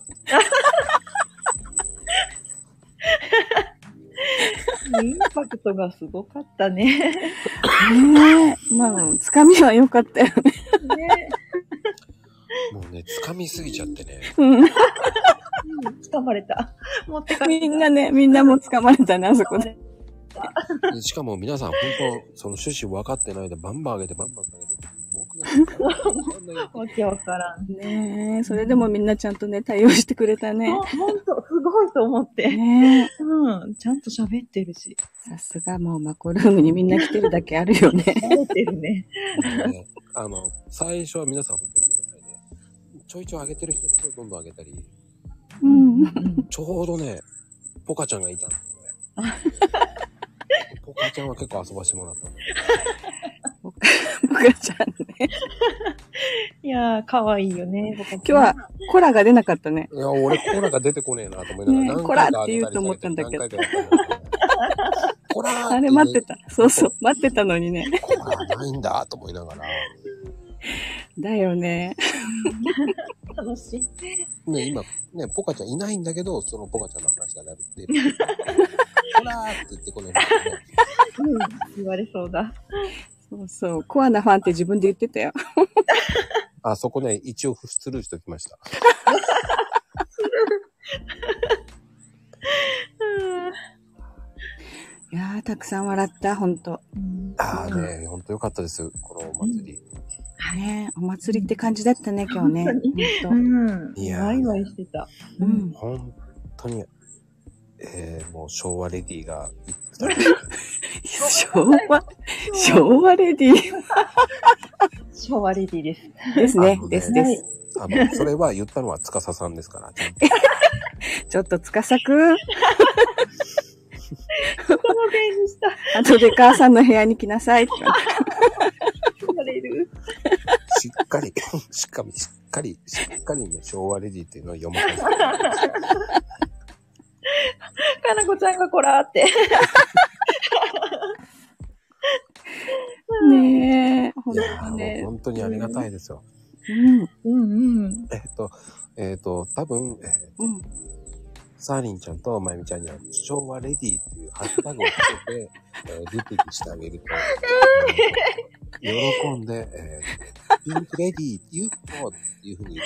F: インパクトがすごかったね。ねえ。まあ、つかみは良かったよね。
A: もうね、掴みすぎちゃってね。
F: うん。
I: 掴まれた。持ってか
F: みんなね、みんなも掴まれたね、あそこで。
A: でしかも皆さん、本当その趣旨分かってないで、バンバン上げて、バンバン上げて。
F: わけわからん。ねえ、それでもみんなちゃんとね、対応してくれたね。
I: ほんと、すごいと思って。
F: ね
I: うん、ちゃんと喋ってるし。
F: さすがもうマコルームにみんな来てるだけあるよね。
I: 喋ってるね。
A: ねあの、最初は皆さん、本当ごめんなさいね。ちょいちょい上げてる人をどんどん上げたり、
F: うん。
A: ちょうどね、ポカちゃんがいたんですね。ポカちゃんは結構遊ばしてもらったんで。
F: ボカちゃんね。
I: いやー、かわいいよね、
F: 今日はコラが出なかったね。
A: いや、俺コーラが出てこねえなと思い
F: ね
A: ながら、
F: コラって
A: 上
F: 言
A: げ
F: うと思ったんだけど
A: 何。回かやっ
F: あれ待ってた。そうそう、待ってたのにね。
A: たないんだと思いながら、
F: だよね。
I: 楽しい。
A: ね、今、ね、ポカちゃんいないんだけど、そのポカちゃんの話がなるって、コラーって言ってこねえな、ね。
F: うん、言われそうだ。そうそう、コアなファンって自分で言ってたよ。
A: あそこね、一応スルーしときました。
F: (laughs) いやー、たくさん笑った、ほんと。
A: ああね、ほんとよかったです、このお祭り。
F: ねお祭りって感じだったね、今日ね。
A: 本
F: ほんと
A: いやー
F: ワイワイしてた。うん。
A: 本当に、えー、もう昭和レディーが、
F: (laughs) 昭
H: (laughs)
F: 和、昭和レディー。
I: 昭和レディーです。
F: ですね、ですで
I: はい
F: す。
A: あの、それは言ったのは司さんです
F: (laughs)
A: から、ちゃんと
F: ちょっとつかさくん。
I: そこのページした。
F: 後で母さんの部屋に来なさいって言わ
I: され
F: れ
I: る。
A: しっかり、しっかり、しっかり、しっかりね、昭和レディーっていうのを読まない。
I: かなこちゃんがこらーって。
F: た。ねえ、ほんと
A: も
I: (laughs)
A: う
F: ね。
A: 本当にありがたいですよ。
F: うん。うんうん。
A: えっと、えっと、多分、えー
F: うん。
A: サーリンちゃんとまゆみちゃんには、昭和レディーっていうハッシュタグをつけて、えー、リピートしてあげると、喜んで、えー、ピンクレディーって言うと、っていうふうに、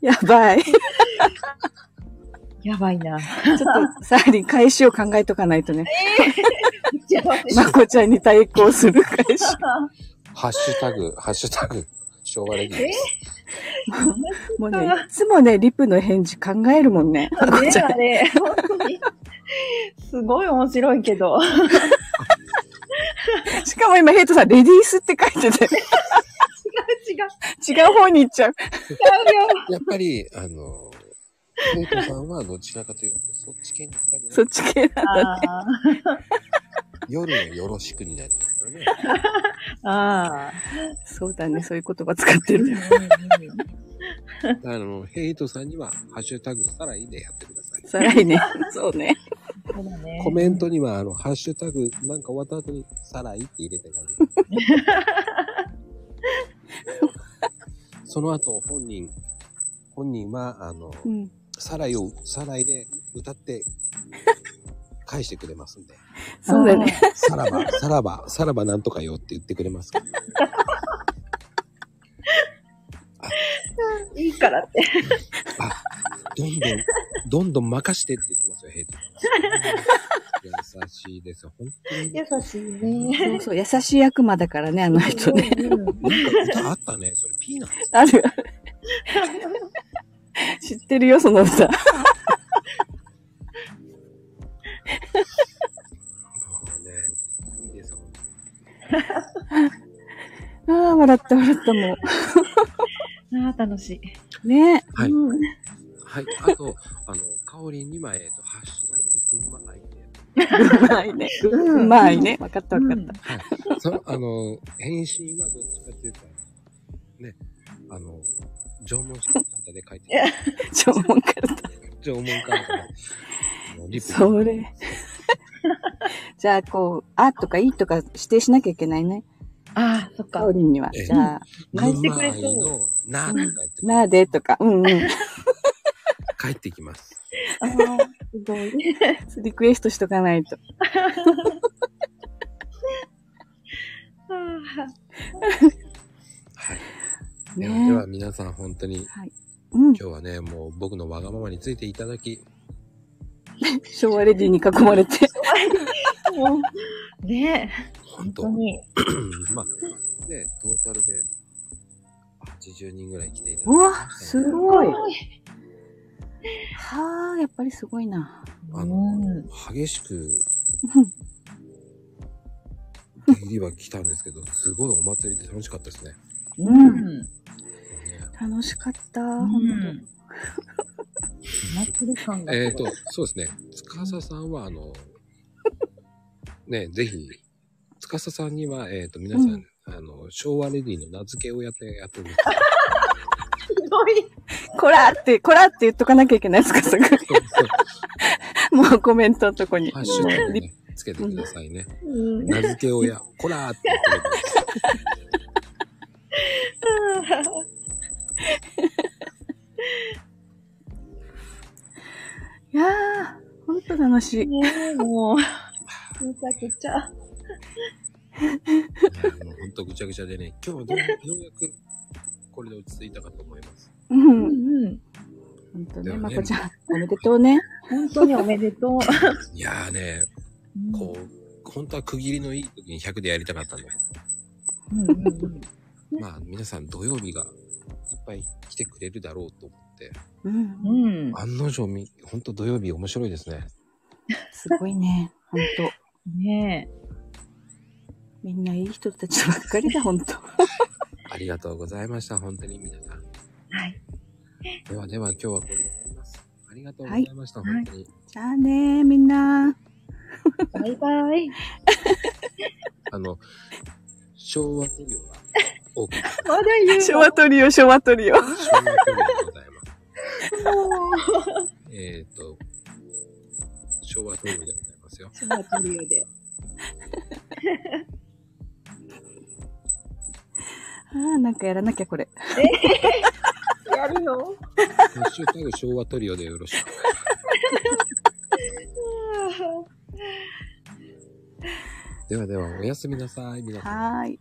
F: やばい。
I: やばいな。ち
F: ょっと、サーリン、返しを考えとかない
I: (laughs)
F: とね。 (laughs)
I: じゃあ
F: まこちゃんに対抗する返し。
A: ハッシュタグ、ハッシュタグ、昭和レディーです。
F: (laughs) もうね、いつもね、リプの返事考えるもんね。まこ
I: ね
F: ちゃん
I: あれ、本当に。すごい面白いけど。
F: (laughs) しかも今、ヘイトさん、レディースって書いてて、
I: 違う。
F: 違う方に行っちゃう。
A: やっぱり、あの、生徒さんはどちらかというと、そっち系にしたくない。
F: そっち系なんだね。
A: 夜はよろしくになっちゃうからね。
F: (laughs) ああ。
A: (laughs)
F: そうだね、そういう言葉使ってる。
A: あの、ヘイトさんには、 (laughs) ハッシュタグ、さらいでやってください。
F: さらいね。そうね。
A: コメントには、あの、ハッシュタグ、なんか終わった後に、さらいって入れてください。その後、本人、本人は、あの、
F: うん
A: さらいを、さらいで歌って、返してくれますんで。
F: そうだね。
A: さらば、さらば、さらばなんとかよって言ってくれますから。
I: いいからって。
A: どんどん、どんどん任してって言ってますよ、ヘイト。優しいですよ。本
I: 優しい
F: そ
I: ね
F: う。そう、優しい悪魔だからね、あの人ね。
A: 当になんか歌あったね、それ。ピーナッツ。
F: ある。知ってるよ、その
A: (laughs)
F: 歌。
A: ね、いいですよ。
F: (laughs) ああ、笑った、笑った、
A: (laughs)
F: も
I: ああ、楽し
F: う。ねえ。
A: はい
F: うん
A: はい。あと、あの、かおりんには、えっ、と、ハッシュタグ、群馬愛で。
F: うまいね。うまいね。わかった、わかった。
A: はい。そ (laughs) あの、返信はどっちかっていうと、ね、あの、縄文式の方で書いてる。
F: (laughs) 縄文カル
A: タ。縄文カルタで。あのリプ
F: それ。 (laughs) じゃあ、こう、あとかいいとか指定しなきゃいけないね。
I: ああ、そっか。
F: カオリンには。
A: ええ
F: じゃあ、
A: 群馬愛の、な、
F: なーでとか、うんうん。
A: 帰ってきます。
F: あーすごい。 (laughs) リクエストしとかないと。
A: では
F: ねえ
A: では皆さん本当に、
F: い
A: 今日はね、もう僕のわがままについていただき、
F: 昭和レディに囲まれて。
H: もうね
A: 本当
H: に。
A: まあ、ね、トータルで80人ぐらい来ていただき
F: うわ、すごい。 (laughs) はあ、やっぱりすごいな。
A: あの、激しく、入りは来たんですけど、すごいお祭りで楽しかったですね。
F: うん。楽しかった、ほ (laughs) ん
A: と。えっと、そうですね。司さんは、あの、ね、ぜひ、司さんには、えっ、と、皆さん、
F: うん
A: あの、昭和レディの名付けをやって、やってるんです
F: ひどい。こらって、こらって言っとかなきゃいけないですか、すぐ。もうコメントのとこに。
A: ハッシュタグね、つけてくださいね。
F: うん
A: 名付け親、こらーって言ってる
F: いやー、ほんと楽しい。もう、
H: めちゃくちゃ。
A: もうほんとぐちゃぐちゃでね、今日は
F: (laughs)
A: どうようやくこれで落ち着いたかと思います。
F: うん。うん。ほんと
A: で
F: ね、
A: も
F: ま
A: ね
F: こちゃん、おめでとうね。
H: 本当におめでとう。
A: いやーね、こう、本当は区切りのいい時に100でやりたかったんだけど、まあ皆さん土曜日がいっぱい来てくれるだろうと思って、
F: うん。
A: 案の定み、ほんと土曜日面白いですね。
F: すごいね、ほんと。ねえ。みんないい人たちばっかりだ、ほんと。
A: ありがとうございました、本当に皆さん。
F: はい。
A: ではでは今日はこれで終わります。ありがとうございました、本当に。
F: じゃあねー、みんな。
H: バイバイ。
A: あの、昭和トリ
F: (laughs)
A: オが多く
F: まだ言う (laughs) 昭和トリオ、昭和トリオ。 (laughs)
A: えっ、と、昭和トリオでございますよ。
F: 昭和トリオで。ああ、なんかやらなきゃ、これ。
H: (laughs) や
I: (laughs)
H: るの
A: ハッシュタグ昭和トリオでよろしく。ではでは、おやすみなさい、皆さん。
F: はーい。